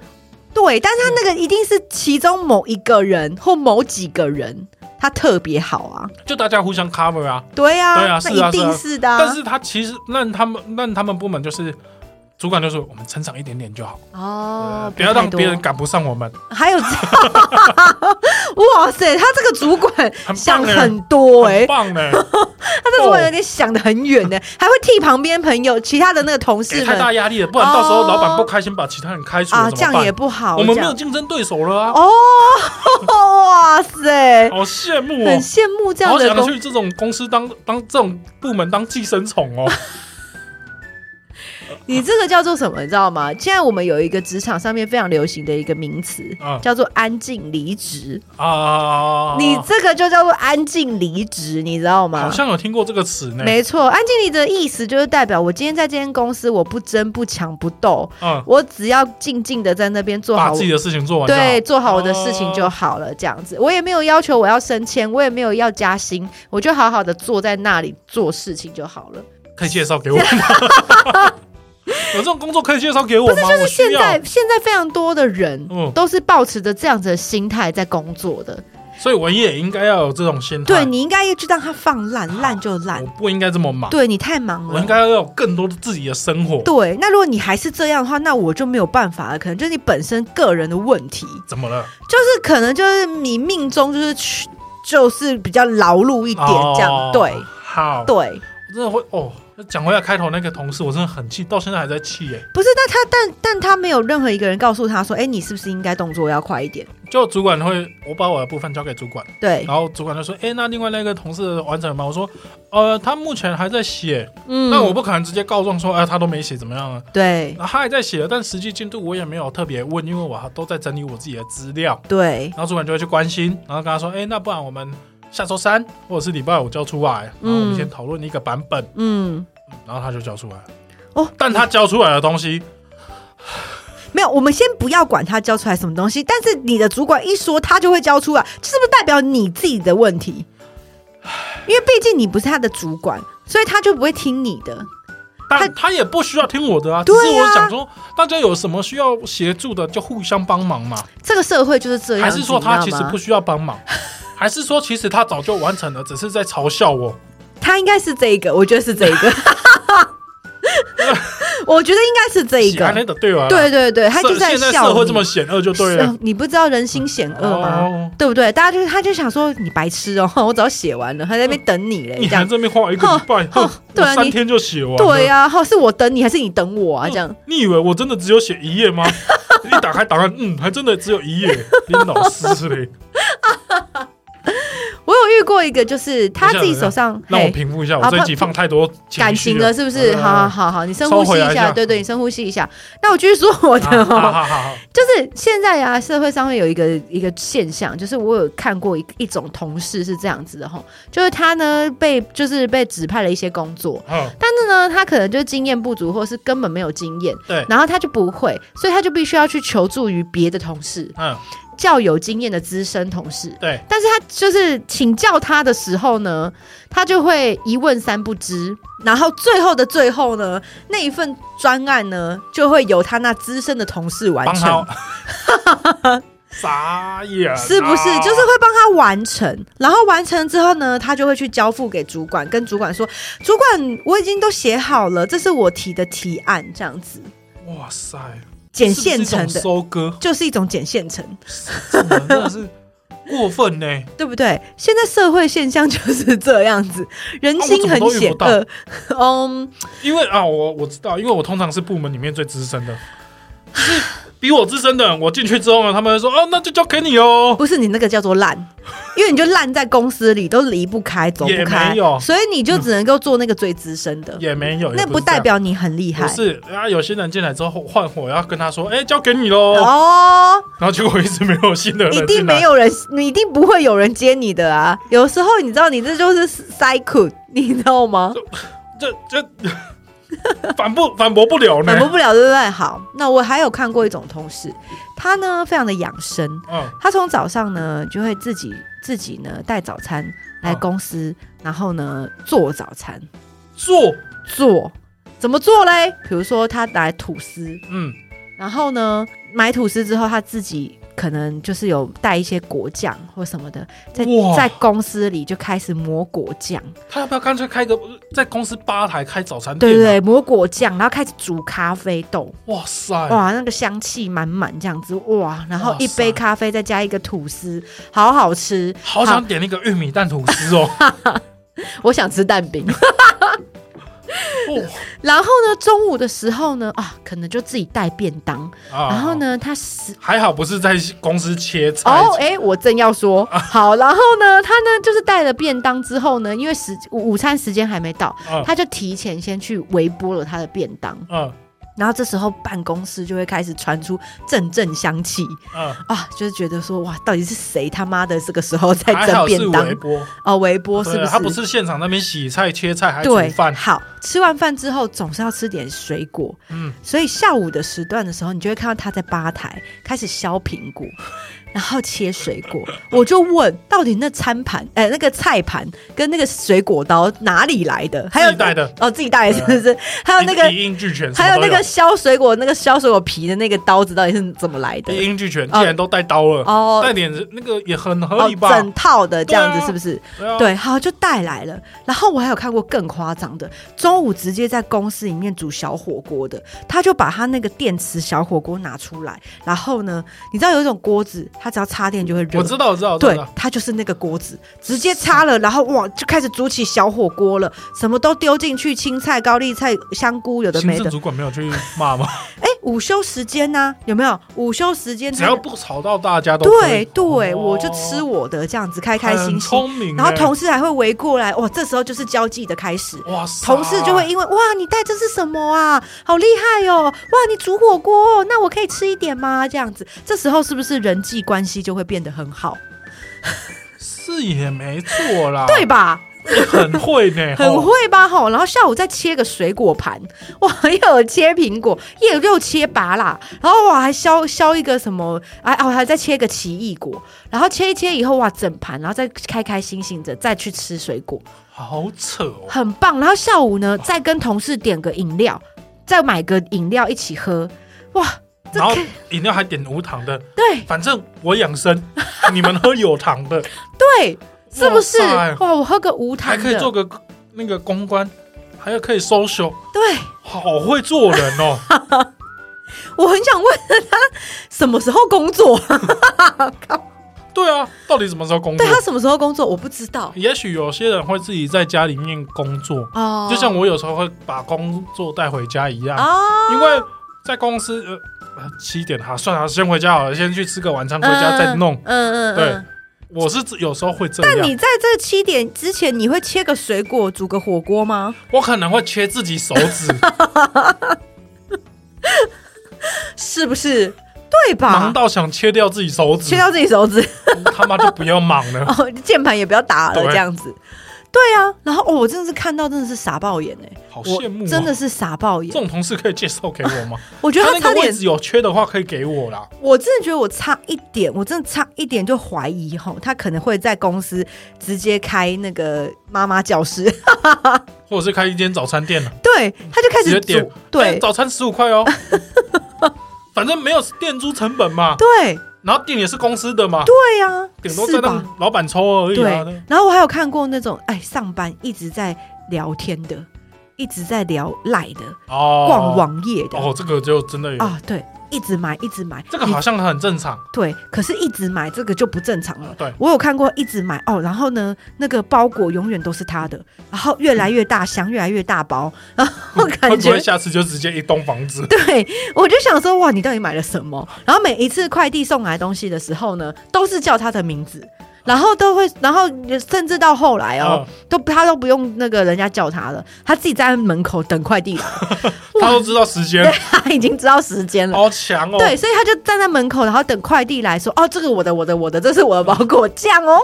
Speaker 2: 对，但是他那个一定是其中某一个人或某几个人，他特别好啊，
Speaker 1: 就大家互相 cover 啊。
Speaker 2: 对啊，
Speaker 1: 对啊
Speaker 2: 那
Speaker 1: 是啊
Speaker 2: 一定是的啊、
Speaker 1: 但是他其实让他们让他们部门就是主管就说我们成长一点点就好，
Speaker 2: 哦
Speaker 1: 呃，不要让
Speaker 2: 太多
Speaker 1: 别人赶不上我们。
Speaker 2: 还有这， 哇塞，他这个主管
Speaker 1: 很棒
Speaker 2: 想
Speaker 1: 欸
Speaker 2: 很多哎、
Speaker 1: 很棒 呢，
Speaker 2: 他这个主管有点想的很远呢、还会替旁边朋友、其他的那个同
Speaker 1: 给
Speaker 2: 事
Speaker 1: 太
Speaker 2: 们
Speaker 1: 大压力了，不然到时候
Speaker 2: 哦
Speaker 1: 老板不开心，把其他人开除了
Speaker 2: 啊，
Speaker 1: 怎
Speaker 2: 这
Speaker 1: 么
Speaker 2: 样
Speaker 1: 办
Speaker 2: 也？不好，
Speaker 1: 我们没
Speaker 2: 这
Speaker 1: 有
Speaker 2: 样
Speaker 1: 竞争对手了啊，
Speaker 2: 哦， 哇塞，
Speaker 1: 好羡慕
Speaker 2: 很
Speaker 1: 哦。
Speaker 2: 羡慕这样
Speaker 1: 好
Speaker 2: 的
Speaker 1: 想
Speaker 2: 公
Speaker 1: 去这种公司当当这种部门当寄生虫哦，
Speaker 2: 你这个叫做什么？你知道吗？现在我们有一个职场上面非常流行的一个名词，
Speaker 1: 啊
Speaker 2: 叫做安静离职。
Speaker 1: 啊！
Speaker 2: 你这个就叫做安静离职，你知道
Speaker 1: 好
Speaker 2: 吗？
Speaker 1: 像有听过这个词呢，
Speaker 2: 没错，安静离职的意思就是代表我今天在这间公司，我不争不抢不斗，
Speaker 1: 嗯，
Speaker 2: 我只要静静的在那边做
Speaker 1: 把
Speaker 2: 好
Speaker 1: 自
Speaker 2: 我
Speaker 1: 己的事情做完就好，
Speaker 2: 对，做好我的事情就
Speaker 1: 哦
Speaker 2: 好了，这样子，我也没有要求我要升迁，我也没有要加薪，我就好好的坐在那里做事情就好了。
Speaker 1: 可以介绍给我吗？ 有这种工作可以介绍给我吗？我需
Speaker 2: 现
Speaker 1: 要
Speaker 2: 在现在非常多的人
Speaker 1: 嗯
Speaker 2: 都是抱持着这样子的心态在工作的，
Speaker 1: 所以我也应该要有这种心态。
Speaker 2: 对，你应该就让它放烂，烂就烂
Speaker 1: 我。不应该这么忙，
Speaker 2: 对你太忙
Speaker 1: 我应
Speaker 2: 了。
Speaker 1: 该要有更多的自己的生活。
Speaker 2: 对，那如果你还是这样的话，那我就没有办法了，可能就是你本身个人的问题，
Speaker 1: 怎么了？
Speaker 2: 就是可能就是你命中就是去就是比较劳碌一点这样，
Speaker 1: 哦
Speaker 2: 对
Speaker 1: 好，
Speaker 2: 对，
Speaker 1: 真的会哦。讲回来开头那个同事，我真的很气，到现在还在气耶、
Speaker 2: 不是，但他但但他没有任何一个人告诉他说，哎、你是不是应该动作要快一点？
Speaker 1: 就主管会，我把我的部分交给主管，
Speaker 2: 对，
Speaker 1: 然后主管就说：“哎、那另外那个同事完成了吗？”我说：“呃，他目前还在写，
Speaker 2: 嗯，
Speaker 1: 但我不可能直接告状说，哎、他都没写，怎么样啊？
Speaker 2: 对
Speaker 1: 然后他还在写，但实际进度我也没有特别问，因为我还都在整理我自己的资料。
Speaker 2: 对，
Speaker 1: 然后主管就会去关心，然后跟他说：“哎、那不然我们下周三或者是礼拜五交出来，然后我们
Speaker 2: 嗯
Speaker 1: 先讨论一个版本。
Speaker 2: 嗯，
Speaker 1: 然后他就交出来了。
Speaker 2: 哦，
Speaker 1: 但他交出来的东西，
Speaker 2: 没有，我们先不要管他教出来什么东西，但是你的主管一说，他就会教出来，这是不是代表你自己的问题？因为毕竟你不是他的主管，所以他就不会听你的。
Speaker 1: 但
Speaker 2: 他
Speaker 1: 他也不需要听我的啊。只
Speaker 2: 对啊
Speaker 1: 是我想说，大家有什么需要协助的，就互相帮忙嘛。
Speaker 2: 这个社会就是这样，
Speaker 1: 还是说他其实
Speaker 2: 你知道
Speaker 1: 不
Speaker 2: 吗
Speaker 1: 需要帮忙？ 还是说其实他早就完成了，只是在嘲笑我？
Speaker 2: 他应该是这一个，我觉得是这一 个，我觉得应该是这一
Speaker 1: 喜欢那
Speaker 2: 个。
Speaker 1: 的对吧？
Speaker 2: 对对对，他
Speaker 1: 社，
Speaker 2: 就在
Speaker 1: 啊现在
Speaker 2: 笑
Speaker 1: 社会
Speaker 2: 你
Speaker 1: 这么险恶，就对了
Speaker 2: 是。你不知道人心险恶吗？
Speaker 1: 哦，
Speaker 2: 对不对？大家就他就想说你白痴哦， 我早写完了，还在那边等你嘞，
Speaker 1: 你
Speaker 2: 这
Speaker 1: 还
Speaker 2: 样。
Speaker 1: 这边花一个礼拜，
Speaker 2: 哼
Speaker 1: 哼
Speaker 2: 哼
Speaker 1: 我
Speaker 2: 哦对啊
Speaker 1: 三
Speaker 2: 你
Speaker 1: 天就嗯写完了。
Speaker 2: 对啊呀、哈，是我等你还是你等我啊？这样，
Speaker 1: 你以为我真的只有写一页吗？ 一打开档案，嗯，还真的只有一页。你老师 嘞，
Speaker 2: 我有遇过一个，就是他自己手上
Speaker 1: 啊让我
Speaker 2: 嘿
Speaker 1: 平复一下，我
Speaker 2: 啊
Speaker 1: 这一集
Speaker 2: 不
Speaker 1: 放太多情
Speaker 2: 感
Speaker 1: 绪
Speaker 2: 情了，是不是？
Speaker 1: 嗯
Speaker 2: 好好好好，你深呼
Speaker 1: 收
Speaker 2: 吸
Speaker 1: 回来
Speaker 2: 一
Speaker 1: 一下
Speaker 2: 下，对对，你深呼吸一下。那我继续说我的
Speaker 1: 啊
Speaker 2: 哦，
Speaker 1: 好好好好，
Speaker 2: 就是现在啊，社会上面有一个一个现象，就是我有看过一一种同事是这样子的哈，就是他呢被就是被指派了一些工作，
Speaker 1: 嗯，
Speaker 2: 但是呢他可能就经验不足，或是根本没有经验，
Speaker 1: 对，
Speaker 2: 然后他就不会，所以他就必须要去求助于别的同事，
Speaker 1: 嗯，
Speaker 2: 较有经验的资深同事。
Speaker 1: 对，
Speaker 2: 但是他就是请教他的时候呢，他就会一问三不知，然后最后的最后呢，那一份专案呢，就会由他那资深的同事完
Speaker 1: 帮
Speaker 2: 成，
Speaker 1: 他。 傻眼啊，
Speaker 2: 是不是？就是会帮他完成，然后完成之后呢，他就会去交付给主管，跟主管说，主管我已经都写好了，这是我提的提案，这样子
Speaker 1: 哇塞，
Speaker 2: 捡
Speaker 1: 是不是
Speaker 2: 现成
Speaker 1: 一种
Speaker 2: 的，
Speaker 1: 收割，
Speaker 2: 就是一种捡现成。
Speaker 1: 这种人真的是过分呢。
Speaker 2: 对不对？现在社会现象就是这样子，人心很险
Speaker 1: 啊我
Speaker 2: 恶。 嗯，
Speaker 1: 因为啊，我我知道，因为我通常是部门里面最资深的，就是比我资深的人，我进去之后呢，他们就说哦，那就交给你哦。
Speaker 2: 不是你那个叫做 烂，因为你就烂在公司里都离不开，走
Speaker 1: 也
Speaker 2: 不开
Speaker 1: 没有，
Speaker 2: 所以你就只能够做那个最资深的。
Speaker 1: 也没有，也
Speaker 2: 那
Speaker 1: 不
Speaker 2: 不
Speaker 1: 是这样
Speaker 2: 代表你很厉害
Speaker 1: 不是啊，有些人进来之后换我要跟他说，哎、交给你喽，
Speaker 2: 哦，
Speaker 1: 然后结果一直没有新的人
Speaker 2: 一
Speaker 1: 进来，
Speaker 2: 定没有人，你一定不会有人接你的啊。有时候你知道，你这就是 cycle，你知道吗？
Speaker 1: 这这 反不反驳不了呢
Speaker 2: 反？驳不了，对不对？好，那我还有看过一种同事，他呢非常的养生，
Speaker 1: 嗯，
Speaker 2: 他从早上呢就会自己自己呢带早餐来
Speaker 1: 嗯
Speaker 2: 公司，然后呢做早餐
Speaker 1: 做，
Speaker 2: 做怎么做嘞？比如说他来吐司，
Speaker 1: 嗯，
Speaker 2: 然后呢买吐司之后他自己。可能就是有带一些果酱或什么的，在
Speaker 1: 哇
Speaker 2: 在公司里就开始磨果酱，
Speaker 1: 他要不要干脆开个在公司吧台开早餐店、啊？
Speaker 2: 对对对，磨果酱，然后开始煮咖啡豆，
Speaker 1: 对，哇塞，
Speaker 2: 哇，那个香气满满这样子，哇，然后
Speaker 1: 哇
Speaker 2: 一
Speaker 1: 塞
Speaker 2: 杯咖啡再加一个吐司，好好吃，
Speaker 1: 好想点那个玉米蛋吐司哦。
Speaker 2: 我想吃 蛋饼。
Speaker 1: 哦
Speaker 2: 然后呢，中午的时候呢，啊，可能就自己带便当。
Speaker 1: 啊
Speaker 2: 然后？呢，他十
Speaker 1: 还好不是在公司切菜，
Speaker 2: 哦，哎，我正要 说，好，然后呢，他呢就是带了便当之后呢，因为时午午餐时间还没到，
Speaker 1: 嗯
Speaker 2: 他就提前先去微波了他的便当。
Speaker 1: 嗯
Speaker 2: 然后这时候办公室就会开始传出阵阵香气
Speaker 1: 嗯，
Speaker 2: 啊，就是觉得说哇，到底是谁他妈的这个时候在
Speaker 1: 还
Speaker 2: 蒸
Speaker 1: 好是
Speaker 2: 便当
Speaker 1: 微波，
Speaker 2: 哦，微波是
Speaker 1: 对
Speaker 2: 不是？
Speaker 1: 他不是现场那边洗菜切菜还煮
Speaker 2: 对，
Speaker 1: 饭，
Speaker 2: 好，吃完饭之后总是要吃点水果，
Speaker 1: 嗯
Speaker 2: 嗯，所以下午的时段的时候，你就会看到他在吧台开始削苹果， 然后切水果。我就问，到底那餐盘，呃，那个菜盘跟那个水果刀哪里来的？还有
Speaker 1: 自己带的嗯
Speaker 2: 哦，自己带的是 不是？还有那个，
Speaker 1: 一应俱全，
Speaker 2: 还
Speaker 1: 什
Speaker 2: 有
Speaker 1: 么
Speaker 2: 那
Speaker 1: 都
Speaker 2: 个削水果那个削水果皮的那个刀子到底是怎么来的？
Speaker 1: 一应俱全，既然都带刀了，
Speaker 2: 哦
Speaker 1: 带点那个也很合
Speaker 2: 哦
Speaker 1: 理，吧？
Speaker 2: 整套的这样
Speaker 1: 对啊
Speaker 2: 子是不是？
Speaker 1: 对啊，
Speaker 2: 对，好就带来了。然后我还有看过更夸张的，中中午直接在公司里面煮小火锅的，他就把他那个电磁小火锅拿出来，然后呢，你知道有一种锅子，它只要插电就会热
Speaker 1: 我。知道，我知道，我知
Speaker 2: 对
Speaker 1: 道。，
Speaker 2: 它就是那个锅子，直接插了，然后哇，就开始煮起小火锅了，什么都丢进去，青菜、高丽菜、香菇，有的
Speaker 1: 行
Speaker 2: 没
Speaker 1: 政
Speaker 2: 的。
Speaker 1: 主管没有去骂 吗？
Speaker 2: 哎，午休时间呢、有没有？午休时间
Speaker 1: 只
Speaker 2: 它
Speaker 1: 要不吵到大家都
Speaker 2: 对
Speaker 1: 可以
Speaker 2: 对，
Speaker 1: 哦
Speaker 2: 我就吃我的，这样子开开心
Speaker 1: 很
Speaker 2: 心。
Speaker 1: 聪明欸。
Speaker 2: 然后同事还会围过来，哇，这时候就是交际的开始。
Speaker 1: 哇塞，
Speaker 2: 同事就会因为哇，你带这是什么啊？好厉害哦！哇，你煮火锅、哦，那我可以吃一点吗？这样子，这时候是不是人际关系就会变得很好，
Speaker 1: 是也没错啦，
Speaker 2: 对，吧？
Speaker 1: 很会呢， 哦
Speaker 2: 很
Speaker 1: 吼
Speaker 2: 会吧吼，然后下午再切个水果盘，哇， 又有切苹果，又有又切芭啦，然后哇还削削一个什么，哎哦还再切个奇异果，然后切一切以后哇整盘，然后再开开心心的再去吃水果，
Speaker 1: 好扯哦，
Speaker 2: 很棒。然后下午呢再跟同事点个饮料，再买个饮料一起喝，哇，这
Speaker 1: 然后
Speaker 2: 可
Speaker 1: 饮料还点无糖的，
Speaker 2: 对
Speaker 1: 反正我养 生，你们喝有糖的，
Speaker 2: 对， 是不是
Speaker 1: 哇塞？
Speaker 2: 哇，我喝个无
Speaker 1: 还
Speaker 2: 糖
Speaker 1: 可以做
Speaker 2: 的，
Speaker 1: 个那个公关，还有可以 social，
Speaker 2: 对。
Speaker 1: 好会做人哦。
Speaker 2: 我很想问他什么时候 工作，
Speaker 1: 对啊，到底什么时候工作
Speaker 2: 对？他什么时候工作，我不知道
Speaker 1: 也许有些人会自己在家里面工作，
Speaker 2: 哦。
Speaker 1: 就像我有时候会把工作带回家一样，
Speaker 2: 哦，
Speaker 1: 因为在公司呃呃七点哈、算了，先回家好了，先去吃个晚餐，回家再弄。
Speaker 2: 嗯嗯，嗯
Speaker 1: 对。我是自有时候会这
Speaker 2: 那
Speaker 1: 样，
Speaker 2: 你在这七点之前，你会切个水果煮个火锅吗？
Speaker 1: 我可能会切自己手指，
Speaker 2: 是不是？对吧
Speaker 1: 忙？到想切掉自己手指
Speaker 2: 切，到自己手指，
Speaker 1: 他妈就不要忙 了。
Speaker 2: 哦，键盘也不要打了，
Speaker 1: 对
Speaker 2: 这样子。对啊，然后哦，我真的是看到真的是傻爆眼哎，
Speaker 1: 好
Speaker 2: 我
Speaker 1: 羡慕、啊，
Speaker 2: 真的是傻爆
Speaker 1: 这
Speaker 2: 眼。
Speaker 1: 种同事可以介绍给我吗？
Speaker 2: 我 觉得
Speaker 1: 那
Speaker 2: 他差
Speaker 1: 个位
Speaker 2: 点，
Speaker 1: 置有缺的话，可以给我啦。
Speaker 2: 我真的觉得我差一点，我真的差一点就怀疑吼，他可能会在公司直接开那个妈妈教室，
Speaker 1: 或者是开一间早餐店了，
Speaker 2: 对，他就开
Speaker 1: 直
Speaker 2: 始
Speaker 1: 接
Speaker 2: 煮
Speaker 1: 点，哎
Speaker 2: 对
Speaker 1: 早餐十五块 哦，反正没有店租成本嘛，
Speaker 2: 对
Speaker 1: 然后店也是公司的嘛，
Speaker 2: 对呀，
Speaker 1: 顶多
Speaker 2: 是
Speaker 1: 再
Speaker 2: 吧？
Speaker 1: 让老板抽而已
Speaker 2: 对
Speaker 1: 啊。，
Speaker 2: 然后我还有看过那种哎，上班一直在聊天的，一直在聊赖的，
Speaker 1: 哦，
Speaker 2: 逛网页的
Speaker 1: 哦，这个就真的有，
Speaker 2: 啊，对，一直买一直买，
Speaker 1: 这个
Speaker 2: 你
Speaker 1: 好像很正常。
Speaker 2: 对，可是一直买这个就不正常了。
Speaker 1: 对，
Speaker 2: 我有看过一直买哦，然后呢，那个包裹永远都是他的，然后越来越大箱，越来越大包， 然后
Speaker 1: 会
Speaker 2: 感
Speaker 1: 嗯不会
Speaker 2: 觉。
Speaker 1: 下次就直接一栋房子？
Speaker 2: 对，我就想说，哇，你到底买了什么？然后每一次快递送来东西的时候呢，都是叫他的名字，然后都会，然后甚至到后来
Speaker 1: 嗯
Speaker 2: 哦，都他都不用那个人家叫他了，他自己在门口等快递来，
Speaker 1: 嗯，他都知道时间，
Speaker 2: 他已经知道时间了。
Speaker 1: 好强哦。
Speaker 2: 对，，所以他就站在门口，然后等快递来说：“哦，这个我的，我的，我的，这是我的包裹，这样哦。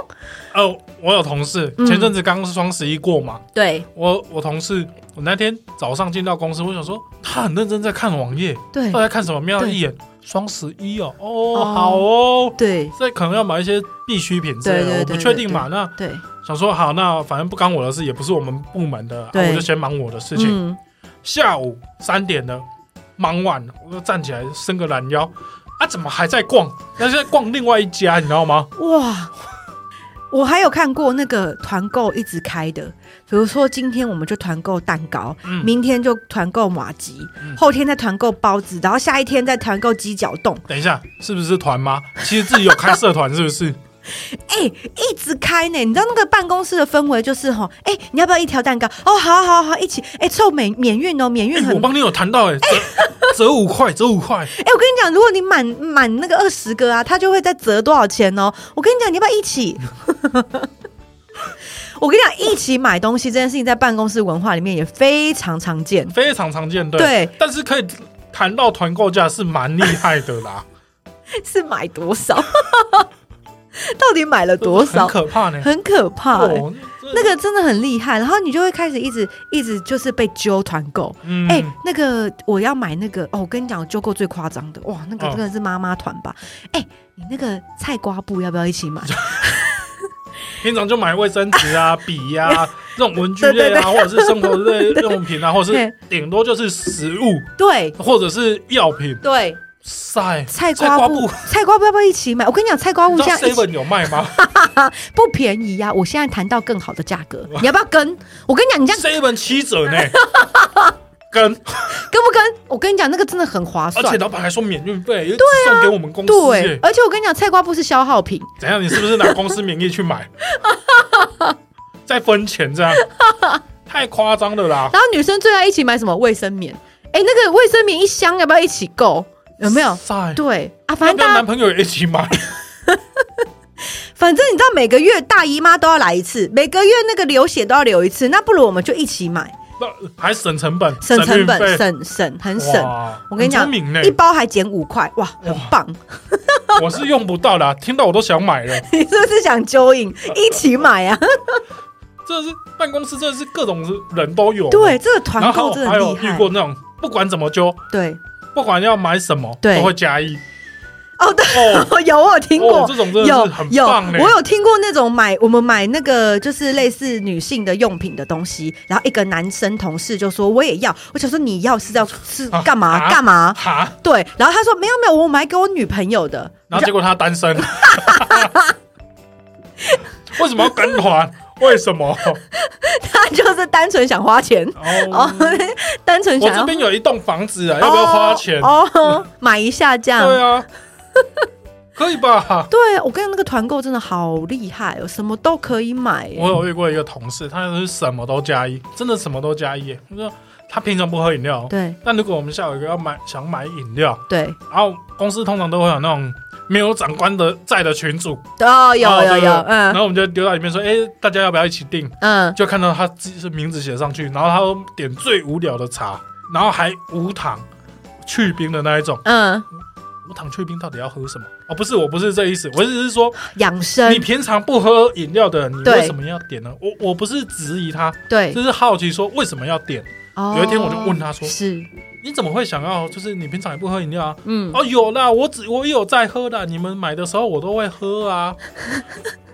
Speaker 1: 哦，我有同事
Speaker 2: 嗯
Speaker 1: 前阵子刚双十一过嘛，”
Speaker 2: 对
Speaker 1: 我我同事，我那天早上进到公司，我想说他很认真在看网页，
Speaker 2: 对
Speaker 1: 他在看什么？瞄了一眼，双十一哦，哦，好哦。
Speaker 2: 对
Speaker 1: 这可能要买一些必需品之类
Speaker 2: 对
Speaker 1: 的，
Speaker 2: 对
Speaker 1: 我
Speaker 2: 对
Speaker 1: 不确定嘛。那
Speaker 2: 对，
Speaker 1: 想说好，那反正不干我的事，也不是我们部门的，啊
Speaker 2: 对
Speaker 1: 我就先忙我的事情。
Speaker 2: 嗯，
Speaker 1: 下午三点了，忙完了我就站起来伸个懒腰，啊，怎么还在逛？那是在逛另外一家，你知道吗？
Speaker 2: 哇。我还有看过那个团购一直开的，比如说今天我们就团购蛋糕，
Speaker 1: 嗯
Speaker 2: 明天就团购马吉，
Speaker 1: 嗯
Speaker 2: 后天再团购包子，然后下一天再团购鸡脚冻，
Speaker 1: 等一下，是不是团妈？其实自己有开社团，是不 是？
Speaker 2: 哎、一直开呢。你知道那个办公室的氛围就是吼，哎、你要不要一条蛋糕？哦，好啊好啊好啊，一起，哎、凑免免运哦，免运
Speaker 1: 哎
Speaker 2: 很
Speaker 1: 我帮你有谈 到哎、折折五块，折五块，
Speaker 2: 哎、我跟你讲，如果你满满那个二十个啊，他就会再折多少钱哦。我跟你讲，你要不要一起？ 我跟你讲，一起买东西这件事情在办公室文化里面也非常常见。
Speaker 1: 非常常见，对。
Speaker 2: 对，
Speaker 1: 但是可以谈到团购价是蛮厉害的啦，
Speaker 2: 是买多少？ 到底买了 多
Speaker 1: 很
Speaker 2: 少？
Speaker 1: 可怕呢。
Speaker 2: 很可怕、欸
Speaker 1: 哦，
Speaker 2: 那个真的很厉害，然后你就会开始一直一直就是被揪团购。
Speaker 1: 嗯
Speaker 2: 哎、那个我要买那个哦，我跟你讲，我揪过最夸张的，哇，那个
Speaker 1: 哦
Speaker 2: 真的是妈妈团吧？哎、你那个菜瓜布要不要一起买？
Speaker 1: 平常就买卫生纸啊、笔 呀、这种文具
Speaker 2: 对
Speaker 1: 类
Speaker 2: 对
Speaker 1: 啊，或者是生活 类用品啊，或者
Speaker 2: 对
Speaker 1: 是顶多就是食物，
Speaker 2: 对
Speaker 1: 或者是药品，
Speaker 2: 对，
Speaker 1: 塞，
Speaker 2: 菜
Speaker 1: 瓜
Speaker 2: 瓜布，菜瓜布要不要一起买？我跟你讲，菜瓜
Speaker 1: 你
Speaker 2: 布
Speaker 1: 知
Speaker 2: 现
Speaker 1: 道
Speaker 2: 在一起
Speaker 1: Seven 有卖 吗
Speaker 2: 不便宜呀、我现在谈到更好的价格， 你要不要跟？我跟你讲，你这样
Speaker 1: ？Seven 七折 呢，跟
Speaker 2: 跟不跟？我跟你讲，那个真的很划
Speaker 1: 而
Speaker 2: 算
Speaker 1: 且。老板还说免运费，对啊送给我们公司、
Speaker 2: 对
Speaker 1: 耶，
Speaker 2: 而且我跟你讲，菜瓜布是消耗品，
Speaker 1: 怎样？你是不是拿公司名义去 买，再分钱这样？太夸张了啦！
Speaker 2: 然后女生最爱一起买什么卫生棉？哎，那个卫生棉一箱要不要一起购？有没 有？
Speaker 1: 塞，
Speaker 2: 对啊，
Speaker 1: 要
Speaker 2: 反正
Speaker 1: 不要
Speaker 2: 大
Speaker 1: 男
Speaker 2: 家，
Speaker 1: 朋友也一起买？
Speaker 2: 反正你知道，每个月大姨妈都要来一次，每个月那个流血都要流一次，那不如我们就一起买，
Speaker 1: 那还省成本，
Speaker 2: 省成
Speaker 1: 运费
Speaker 2: 本，省省很省。
Speaker 1: 哇
Speaker 2: 我跟你
Speaker 1: 很
Speaker 2: 讲
Speaker 1: 聪明呢，
Speaker 2: 一包还减五块，哇，很棒！
Speaker 1: 我是用不到的啊、听到我都想买了。
Speaker 2: 你是不是想揪引一起 买啊？
Speaker 1: 真的是办公室，真的是各种人都有。，哦
Speaker 2: 对，这个
Speaker 1: 然
Speaker 2: 团
Speaker 1: 后
Speaker 2: 购真的
Speaker 1: 还
Speaker 2: 很
Speaker 1: 有
Speaker 2: 厉
Speaker 1: 遇
Speaker 2: 害。
Speaker 1: 过那种不管怎么揪，
Speaker 2: 对，
Speaker 1: 不管要买什么，
Speaker 2: 对
Speaker 1: 都会加一。
Speaker 2: 哦，对，
Speaker 1: 哦，
Speaker 2: 有我有听
Speaker 1: 哦
Speaker 2: 过
Speaker 1: 这，种真的
Speaker 2: 有
Speaker 1: 是很
Speaker 2: 有，
Speaker 1: 棒嘞。
Speaker 2: 我有听过那种买我们买那个就是类似女性的用品的东西，然后一个男生同事就说我也要，我想说你要是要是
Speaker 1: 啊
Speaker 2: 干嘛
Speaker 1: 啊
Speaker 2: 干嘛？
Speaker 1: 哈，
Speaker 2: 对，然后他说没有没有，我买给我女朋友的。
Speaker 1: 然后结果他单 身，为什么要跟团？为什么？
Speaker 2: 他就是单纯想花钱，
Speaker 1: 哦
Speaker 2: 哦， 单纯
Speaker 1: 我
Speaker 2: 想
Speaker 1: 这
Speaker 2: 要
Speaker 1: 边有一栋房子啊，要不要花钱？
Speaker 2: 哦，哦买一下这样。
Speaker 1: 对啊， 可以吧？
Speaker 2: 对，我跟你讲，那个团购真的好厉害哦，什么都可以买耶。
Speaker 1: 我有遇过一个同事，他是什么都加一，真的什么都加一耶。他说他平常不喝饮料，
Speaker 2: 对
Speaker 1: 但如果我们下午有一个要买想买饮料，
Speaker 2: 对，
Speaker 1: 然后公司通常都会有那种没有长官的在的群组，
Speaker 2: 哦，有
Speaker 1: 哦
Speaker 2: 有
Speaker 1: 对
Speaker 2: 有，
Speaker 1: 然
Speaker 2: 嗯
Speaker 1: 后我们就丢到里面说，哎、大家要不要一起订？
Speaker 2: 嗯，
Speaker 1: 就看到他自己是名字写上去，然后他都点最无聊的茶，然后还无糖去冰的那一种。
Speaker 2: 嗯，
Speaker 1: 无糖去冰到底要喝什么？哦，不是，我不是这意思，我只是说
Speaker 2: 养生
Speaker 1: 你平常不喝饮料的人，你
Speaker 2: 对
Speaker 1: 为什么要点呢？我我不是质疑他，
Speaker 2: 对。
Speaker 1: 就是好奇说为什么要点？
Speaker 2: 有
Speaker 1: 有一天我就问他说
Speaker 2: 是，
Speaker 1: 你怎么会想要？就是你平常也不喝饮料啊？
Speaker 2: 嗯，
Speaker 1: 哦，有啦，我只我有在喝的，你们买的时候我都会喝啊。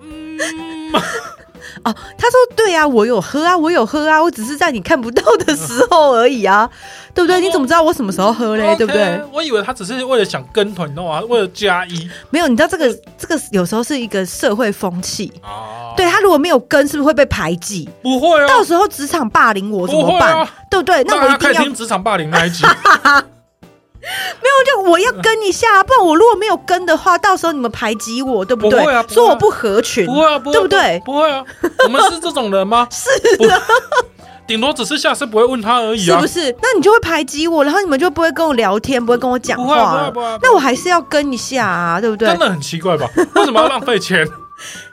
Speaker 1: 嗯，
Speaker 2: 他说对啊，我有喝啊，我有喝啊，我只是在你看不到
Speaker 1: 嗯
Speaker 2: 的时候而已啊，对不对？你怎么知道我什么时候喝嘞？对不对
Speaker 1: 哦 OK，？我以为他只是为了想跟团，你知道吗？为了加一
Speaker 2: 没有，你知道这个这个有时候是一个社会风气，
Speaker 1: 啊，
Speaker 2: 对他如果没有跟，是不是会被排挤？
Speaker 1: 不会哦，
Speaker 2: 到时候职场霸凌我怎么办？
Speaker 1: 不会啊
Speaker 2: 对不对？那我
Speaker 1: 大
Speaker 2: 一
Speaker 1: 家可
Speaker 2: 定
Speaker 1: 以
Speaker 2: 要
Speaker 1: 听职场霸凌那一集，
Speaker 2: 就我要跟一下、啊，不然我如果没有跟的话，到时候你们排挤我，对不对？
Speaker 1: 不会啊不会啊
Speaker 2: 说我不合群，
Speaker 1: 不会啊，不哎会啊，
Speaker 2: 对不对
Speaker 1: 不会 啊，我们是这种人吗？是顶多只是下次不会问他而已
Speaker 2: 是
Speaker 1: 啊
Speaker 2: 不，是？那你就会排挤我，然后你们就不会跟我聊天，不会跟我讲
Speaker 1: 不会啊，不会啊
Speaker 2: 话
Speaker 1: 不。会啊，
Speaker 2: 那我还是要跟一下啊，对不对
Speaker 1: 真？的很奇怪 吧？为什么要浪费钱？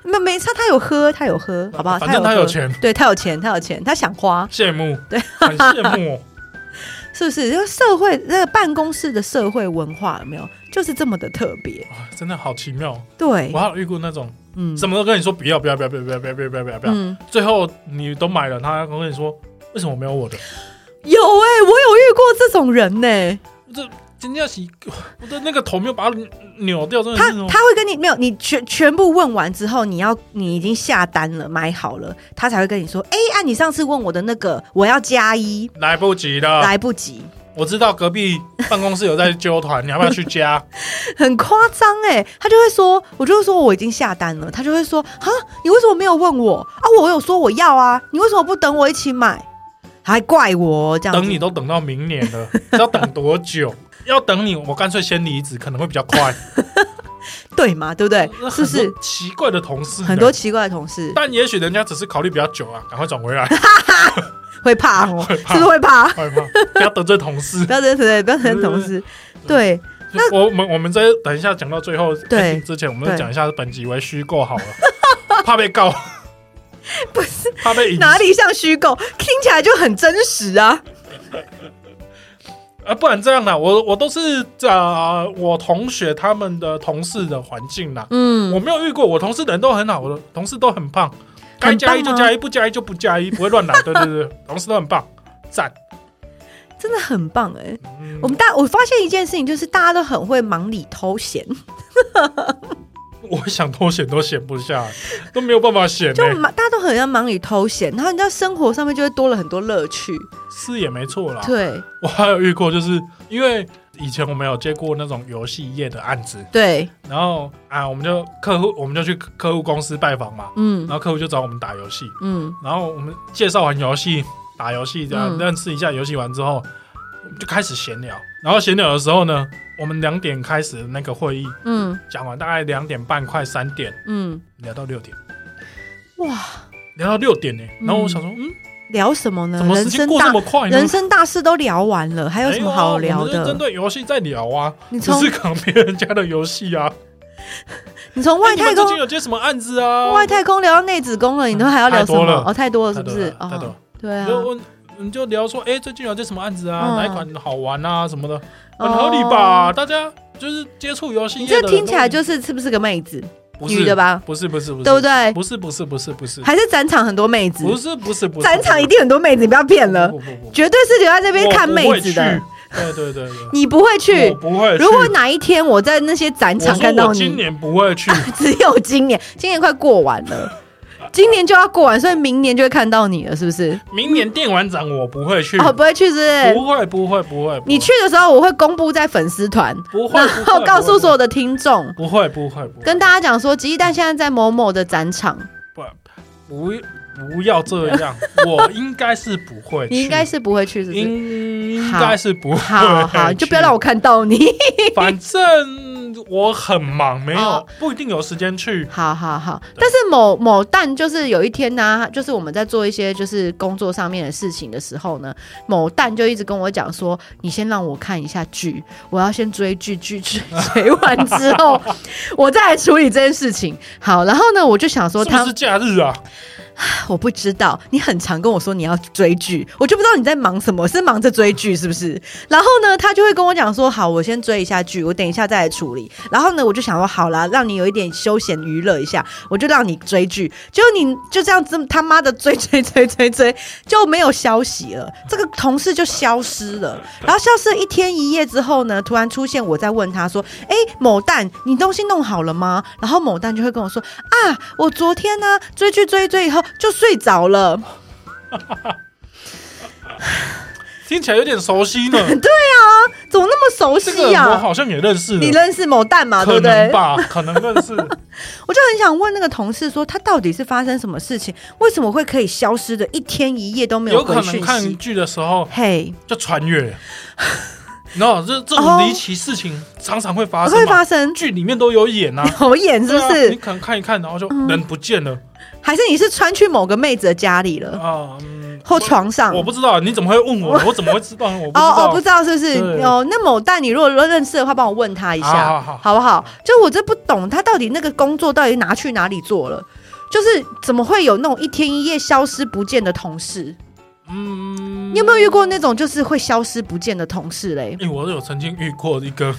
Speaker 2: 没没差，他有喝，他有喝，好不好？
Speaker 1: 反正
Speaker 2: 他
Speaker 1: 他
Speaker 2: 有
Speaker 1: 有
Speaker 2: 喝，
Speaker 1: 钱，
Speaker 2: 对他有钱，他有钱，他想花，
Speaker 1: 羡慕，
Speaker 2: 对，
Speaker 1: 很羡慕哦。
Speaker 2: 是不是？就是社会那个办公室的社会文化有没有？就是这么的特别，
Speaker 1: 哇真的好奇妙。哦
Speaker 2: 对
Speaker 1: 我，还有遇过那种
Speaker 2: 嗯
Speaker 1: 什么啊都跟你说不要不要不要不要不要不要不要不要不要不要，
Speaker 2: 嗯，
Speaker 1: 最后你都买了，他跟你说为什么没有我的？
Speaker 2: 有哎、我有遇过这种人呢、
Speaker 1: 真的要洗，我的那个头没有把它扭掉，真的
Speaker 2: 他
Speaker 1: 是哦
Speaker 2: 他会跟你没有，你全全部问完之后，你要你已经下单了，买好了，他才会跟你说，哎、啊，你上次问我的那个，我要加一，
Speaker 1: 来不及了。
Speaker 2: 来不及，
Speaker 1: 我知道隔壁办公室有在揪团，你要不要去加？
Speaker 2: 很夸张哎，他就会说，我就会说我已经下单了，他就会说，哈，你为什么没有问我啊？我有说我要啊，你为什么不等我一起买？还怪我这样子
Speaker 1: 等你都等到明年了， 要等多久？要等你，我干脆先离职，可能会比较快。
Speaker 2: 对嘛，对不对？ 是不是
Speaker 1: 哦很？多奇怪的同事呢啊
Speaker 2: 很多，奇怪的同事
Speaker 1: 但也许人家只是考虑比较久啊，赶快转回 来，
Speaker 2: 会怕哦，
Speaker 1: 会
Speaker 2: 是
Speaker 1: 怕
Speaker 2: 不是会怕？
Speaker 1: 害怕不要得罪同 事
Speaker 2: 不。要得罪，不要得罪同事。对，
Speaker 1: 我我们我们在等一下讲到最后
Speaker 2: 对
Speaker 1: 开庭之前，我们再
Speaker 2: 对
Speaker 1: 讲一下本集为虚构好了， 怕被告，
Speaker 2: 不是
Speaker 1: 怕被引
Speaker 2: 哪里像虚构，听起来就很真实啊。
Speaker 1: 啊，不然这样啦，我我都是啊、呃我同学他们的同事的环境啦，
Speaker 2: 嗯，
Speaker 1: 我没有遇过，我同事人都很好，我的同事都很棒，该加
Speaker 2: 啊
Speaker 1: 一就加一，不加一就不加一，不会乱来， 对对对，同事都很棒，赞。
Speaker 2: 真的很棒哎、
Speaker 1: 嗯
Speaker 2: 我们大我发现一件事情，就是大家都很会忙里偷闲，
Speaker 1: 嗯我想偷闲都闲不下，都没有办法欸闲呢、
Speaker 2: 就忙大家都很要忙里偷闲，然后你知道生活上面就会多了很多乐趣。
Speaker 1: 是也没错啦。
Speaker 2: 对，
Speaker 1: 我还有遇过，就是因为以前我们有接过那种游戏业的案子，
Speaker 2: 对，
Speaker 1: 然后啊，我们就客户我们就去客户公司拜访嘛，
Speaker 2: 嗯
Speaker 1: 然后客户就找我们打游戏，
Speaker 2: 嗯，
Speaker 1: 然后我们介绍完游戏，打游戏这样、
Speaker 2: 嗯
Speaker 1: 认识一下游戏完之后，我们就开始闲聊。然后闲聊的时候呢，我们两点开始那个会议，
Speaker 2: 嗯
Speaker 1: 讲完大概两点半快三点，
Speaker 2: 嗯，
Speaker 1: 聊到六点，
Speaker 2: 哇，
Speaker 1: 聊到六点呢、
Speaker 2: 嗯
Speaker 1: 然后我想说，嗯，
Speaker 2: 聊什么呢
Speaker 1: 怎？么时
Speaker 2: 人
Speaker 1: 间
Speaker 2: 生
Speaker 1: 过这
Speaker 2: 大
Speaker 1: 么快呢？
Speaker 2: 人生大事都聊完了，还有什么好
Speaker 1: 没有啊
Speaker 2: 聊
Speaker 1: 我们就是针
Speaker 2: 的？
Speaker 1: 对游戏在聊啊，
Speaker 2: 你
Speaker 1: 只
Speaker 2: 从
Speaker 1: 是扛别人家的游戏啊。
Speaker 2: 你从
Speaker 1: 哎
Speaker 2: 外
Speaker 1: 你们
Speaker 2: 太
Speaker 1: 最
Speaker 2: 空
Speaker 1: 近有接什么案子啊？
Speaker 2: 外太空聊到内子宫了，你都还要聊
Speaker 1: 太
Speaker 2: 什
Speaker 1: 多
Speaker 2: 么
Speaker 1: 了？
Speaker 2: 哦，太多了是
Speaker 1: 太
Speaker 2: 不
Speaker 1: 多
Speaker 2: 是
Speaker 1: 了？太多
Speaker 2: 哦，
Speaker 1: 了
Speaker 2: 对啊
Speaker 1: 你，就问，你就聊说，哎、最近有接什么案子啊？
Speaker 2: 嗯哦
Speaker 1: 哪一款好玩啊？什么的，很合理吧？？大家就是接触游戏
Speaker 2: 你
Speaker 1: 业的
Speaker 2: 这
Speaker 1: 人都，
Speaker 2: 听起来就是是不是个妹子，
Speaker 1: 不是
Speaker 2: 女的？吧？
Speaker 1: 不是不是不是，
Speaker 2: 对不对？
Speaker 1: 不是不是不是不是
Speaker 2: 还是展场很多妹子，
Speaker 1: 不是不是不是，
Speaker 2: 展场一定很多妹子，你不要骗了，
Speaker 1: 不不不不，
Speaker 2: 绝对是留在这边看妹子
Speaker 1: 我
Speaker 2: 的，
Speaker 1: 不会去。对对对对，
Speaker 2: 你不会去
Speaker 1: 我。不会去。
Speaker 2: 如果哪一天我在那些展
Speaker 1: 我
Speaker 2: 场
Speaker 1: 说
Speaker 2: 看到
Speaker 1: 我今
Speaker 2: 你，
Speaker 1: 年不会去，
Speaker 2: 只有今年，今年快过完了，今年就要过完，所以明年就会看到你了，是不是？
Speaker 1: 明年电玩展我不会去，
Speaker 2: 哦，不会去是不是？
Speaker 1: 嗯不会不会不会，不会
Speaker 2: 你去的时候，我会公布在粉丝团，
Speaker 1: 不会，
Speaker 2: 然
Speaker 1: 不会
Speaker 2: 后告诉所有的听众，
Speaker 1: 不会不会不会，
Speaker 2: 跟大家讲说，吉一蛋现在在某某的展场，
Speaker 1: 不不要这 样，我应该是不会去，
Speaker 2: 你应该是不会去，是不是？
Speaker 1: 应应该是不会去，
Speaker 2: 好好，你就不要让我 看到你。
Speaker 1: 反正我很忙，没有
Speaker 2: 哦
Speaker 1: 不一定有时间去。
Speaker 2: 好好好，
Speaker 1: 对
Speaker 2: 但是某某蛋就是有一天呢、啊就是我们在做一些就是工作上面的事情的时候呢，某蛋就一直跟我讲说，你先让我看一下剧，我要先追剧，剧追 追完之后，我再来处理这件事情。好，然后呢，我就想说
Speaker 1: 是
Speaker 2: 他
Speaker 1: 不是假日啊？
Speaker 2: 我不知道，你很常跟我说你要追剧，我就不知道你在忙什么，是忙着追剧是不是？然后呢，他就会跟我讲说，好，我先追一下剧，我等一下再来处理。然后呢，我就想说，好啦，让你有一点休闲娱乐一下，我就让你追剧。结果你就这样子他妈的追追追追追，就没有消息了，这个同事就消失了。然后消失一天一夜之后呢，突然出现，我在问他说，哎，某蛋，你东西弄好了吗？然后某蛋就会跟我说，啊，我昨天呢、追剧追一追以后就睡着了，
Speaker 1: 听起来有点熟悉呢。
Speaker 2: 怎么那么熟
Speaker 1: 这
Speaker 2: 悉
Speaker 1: 个
Speaker 2: 呀、
Speaker 1: 我好像也认识了，
Speaker 2: 你认识某蛋嘛？对
Speaker 1: 可
Speaker 2: 不对
Speaker 1: 能？吧？可能认识。
Speaker 2: 我就很想问那个同事说，他到底是发生什么事情？为什么会可以消失的一天一夜 都没
Speaker 1: 有
Speaker 2: 回
Speaker 1: 可能
Speaker 2: 讯
Speaker 1: 看
Speaker 2: 息？
Speaker 1: 剧的时候
Speaker 2: 嘿
Speaker 1: 就穿 越，然后这这种离奇事情常常会发生
Speaker 2: 哦会
Speaker 1: 嘛，
Speaker 2: 发生
Speaker 1: 剧里面都有演啊。
Speaker 2: 有眼 是
Speaker 1: 对
Speaker 2: 不
Speaker 1: 啊
Speaker 2: 是？
Speaker 1: 你可能看一看，然后就
Speaker 2: 嗯
Speaker 1: 人不见了
Speaker 2: 还是你是穿去某个妹子的家里了，
Speaker 1: 啊？嗯
Speaker 2: 或床上？
Speaker 1: 我不知道，你怎么会 问我？我怎么会知道？我不知
Speaker 2: 哦哦，
Speaker 1: 道
Speaker 2: 不。知道是不是
Speaker 1: 对
Speaker 2: 哦？那某蛋，你如果认识的话，帮我问他一下，
Speaker 1: 好好好
Speaker 2: 不好？就我这不懂，他到底那个工作到底拿去哪里做了？就是怎么会有那种一天一夜消失不见的同事？
Speaker 1: 嗯
Speaker 2: 你有没有遇过那种就是会消失不见的同事嘞？
Speaker 1: 因为我有曾经遇过一个，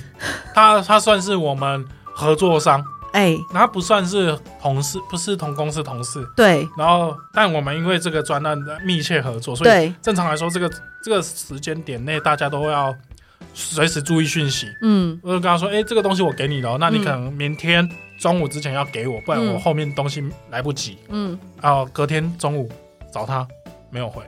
Speaker 1: 他他算是我们合作商，
Speaker 2: 哎、
Speaker 1: 他不算是同事，不是同公司同事。
Speaker 2: 对
Speaker 1: 然后，但我们因为这个专案的密切合作，所以
Speaker 2: 对，
Speaker 1: 正常来说，这个这个时间点内，大家都要随时注意讯息。
Speaker 2: 嗯
Speaker 1: 我就跟他说：“哎、这个东西我给你了，那你
Speaker 2: 嗯
Speaker 1: 可能明天中午之前要给我，不然
Speaker 2: 嗯
Speaker 1: 我后面东西来不及。
Speaker 2: 嗯，
Speaker 1: 然后隔天中午找他，没有回，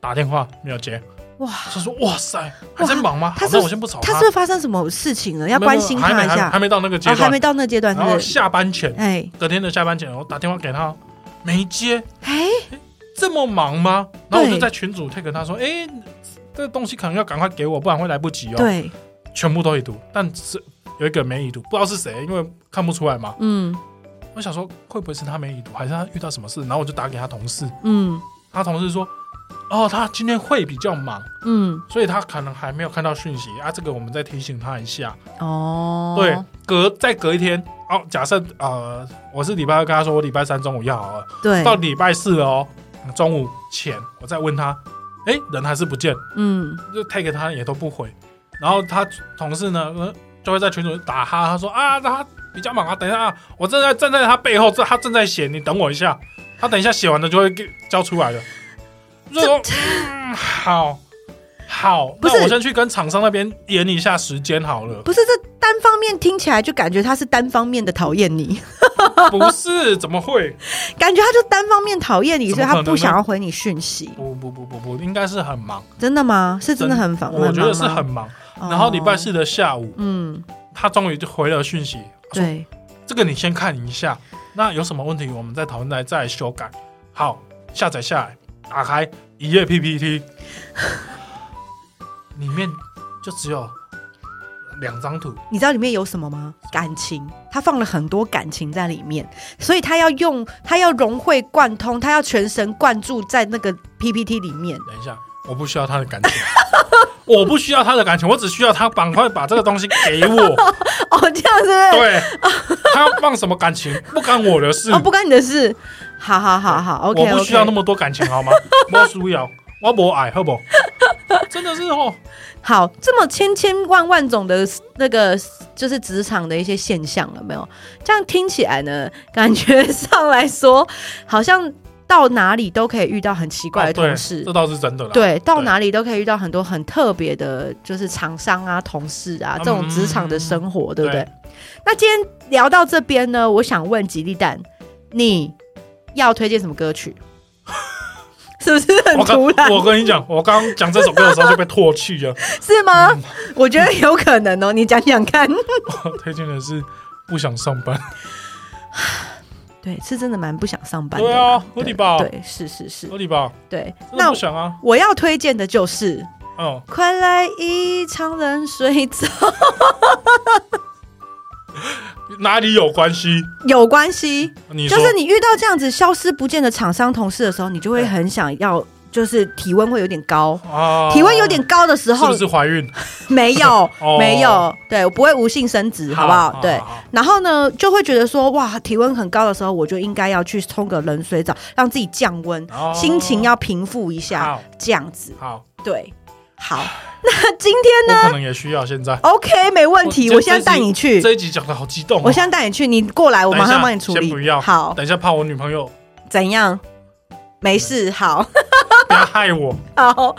Speaker 1: 打电话没有接。
Speaker 2: 哇，
Speaker 1: 他说：“哇塞，还在忙吗？
Speaker 2: 他
Speaker 1: 好，
Speaker 2: 是
Speaker 1: 那我先不吵
Speaker 2: 他是不是发生什么事情了？要
Speaker 1: 没有没有
Speaker 2: 关心他一
Speaker 1: 还没还没还
Speaker 2: 下。
Speaker 1: 没到那个
Speaker 2: 啊，
Speaker 1: 阶
Speaker 2: 还
Speaker 1: 段。哦
Speaker 2: 没到那阶段，是
Speaker 1: 然后
Speaker 2: 不是？
Speaker 1: 下班前，
Speaker 2: 哎
Speaker 1: 隔天的下班前，我打电话给他，没接，
Speaker 2: 哎，
Speaker 1: 这么忙吗？然后我
Speaker 2: 对
Speaker 1: 就在群主 take 他说：“哎、这东西可能要赶快给我，不然会来不及哦。”，
Speaker 2: 对，
Speaker 1: 全部都已读，但是有一个没已读，不知道是谁，因为看不出来嘛。
Speaker 2: 嗯
Speaker 1: 我想说，会不会是他没已读，还是他遇到什么事？然后我就打给他同事，
Speaker 2: 嗯
Speaker 1: 他同事说：“哦，他今天会比较忙，
Speaker 2: 嗯，
Speaker 1: 所以他可能还没有看到讯息啊。”这个我们再提醒他一下。
Speaker 2: 哦，
Speaker 1: 对，隔再隔一天，哦，假设呃，我是礼拜二跟他说我礼拜三中午要好了，
Speaker 2: 对，
Speaker 1: 到礼拜四了哦，中午前我再问他，哎，人还是不见，
Speaker 2: 嗯
Speaker 1: 就 tag 他也都不回，然后他同事呢呃就会在群组打哈，他说啊，他比较忙啊，等一下啊，我正在站在他背后，这他正在写，你等我一下，他等一下写完了就会给交出来的。就说嗯，好，好，
Speaker 2: 不是
Speaker 1: 那我先去跟厂商那边延一下时间好 了。
Speaker 2: 不是这单方面听起来就感觉他是单方面的讨厌你，
Speaker 1: 不是，怎么会？
Speaker 2: 感觉他就单方面讨厌你，
Speaker 1: 怎
Speaker 2: 所
Speaker 1: 么
Speaker 2: 以
Speaker 1: 可
Speaker 2: 他
Speaker 1: 能呢
Speaker 2: 不想要回你讯息，
Speaker 1: 不不不不不，应该是很忙，
Speaker 2: 真的吗？是真的很烦，
Speaker 1: 我觉得是
Speaker 2: 忙吗
Speaker 1: 很忙。然后礼拜四
Speaker 2: 哦，
Speaker 1: 的下午，
Speaker 2: 嗯，
Speaker 1: 他终于就回了讯息，他说
Speaker 2: 对，
Speaker 1: 这个你先看一下，那有什么问题我们再讨论来再来修改。好，下载下来，打开一页 PPT，里面就只有两张图，
Speaker 2: 你知道里面有什么吗？感情，他放了很多感情在里面，所以他要用，他要融会贯通，他要全神贯注在那个 PPT 里面。
Speaker 1: 等一下，我不需要他的感情， 我不需要他的感情，我只需要他赶快把这个东西给我。
Speaker 2: 哦，这样是不是？
Speaker 1: 对，他要放什么感情不干我的事，
Speaker 2: 哦，不干你的事。好好好好，OK，
Speaker 1: 我不需要那
Speaker 2: 么
Speaker 1: 么多感情 好吗？我需要，我不爱，好不好？真的是哦，
Speaker 2: 好，这么千千万万种的那个就是职场的一些现象了没有？这样听起来呢，感觉上来说，好像到哪里都可以遇到很奇怪的
Speaker 1: 哦对
Speaker 2: 同事。
Speaker 1: 这倒是真的啦。
Speaker 2: 对，到
Speaker 1: 对
Speaker 2: 哪里都可以遇到很多很特别的，就是厂商啊、同事啊这种职场的生活，对不对？
Speaker 1: 嗯对
Speaker 2: 那今天聊到这边呢，我想问吉利蛋，你要推荐什么歌曲？ 是不是很
Speaker 1: 我
Speaker 2: 突然
Speaker 1: 跟？我跟你讲，我刚讲这首歌的时候就被唾弃了。
Speaker 2: 是吗？我觉得有可能哦，你讲讲看。
Speaker 1: 我推荐的是不想上班。
Speaker 2: 对，是真的蛮不想上班的
Speaker 1: 对
Speaker 2: 啦。
Speaker 1: 啊，合理吧？
Speaker 2: 对，是是是，
Speaker 1: 合理吧？
Speaker 2: 对。
Speaker 1: 真的
Speaker 2: 那
Speaker 1: 不想啊。
Speaker 2: 我要推荐的就是。
Speaker 1: 嗯，
Speaker 2: 快来一场冷水澡，
Speaker 1: 哪里有关系？
Speaker 2: 有关系，
Speaker 1: 你说
Speaker 2: 就是你遇到这样子消失不见的厂商同事的时候，你就会很想要，就是体温会有点高。
Speaker 1: 啊
Speaker 2: 体温有点高的时
Speaker 1: 是
Speaker 2: 候
Speaker 1: 不，是怀孕？
Speaker 2: 没有
Speaker 1: 哦
Speaker 2: 没有，对我不会无性生殖， 好不
Speaker 1: 啊
Speaker 2: 好？对。然后呢，就会觉得说，哇，体温很高的时候，我就应该要去冲个冷水澡，让自己降温，
Speaker 1: 哦
Speaker 2: 心情要平复一下，
Speaker 1: 好
Speaker 2: 这样子。
Speaker 1: 好，
Speaker 2: 对，好， 那今天
Speaker 1: 我可能也需要现在。
Speaker 2: OK 没问题，
Speaker 1: 我
Speaker 2: 我现在带你去，
Speaker 1: 这一集讲的好激动哦，
Speaker 2: 我现在带你去，你过来，我马
Speaker 1: 等一
Speaker 2: 上
Speaker 1: 下
Speaker 2: 帮你处理。
Speaker 1: 先不要
Speaker 2: 好，
Speaker 1: 等一下怕我女朋友
Speaker 2: 怎样？没事，好。
Speaker 1: 不要害我。
Speaker 2: 好，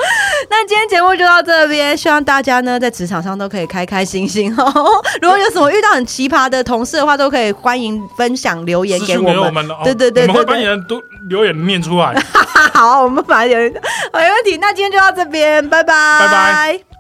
Speaker 2: 那今天节目就到这边，希望大家呢在职场上都可以开开心心哦。如果有什么遇到很奇葩的同事的话，都可以欢迎分享留言
Speaker 1: 私
Speaker 2: 给
Speaker 1: 讯
Speaker 2: 我
Speaker 1: 给我
Speaker 2: 们。
Speaker 1: 们了，哦
Speaker 2: 对对对
Speaker 1: 我们会
Speaker 2: 对对
Speaker 1: 把你的都留言念出来。
Speaker 2: 好，我们把留言没问题。那今天就到这边，拜拜，
Speaker 1: 拜拜。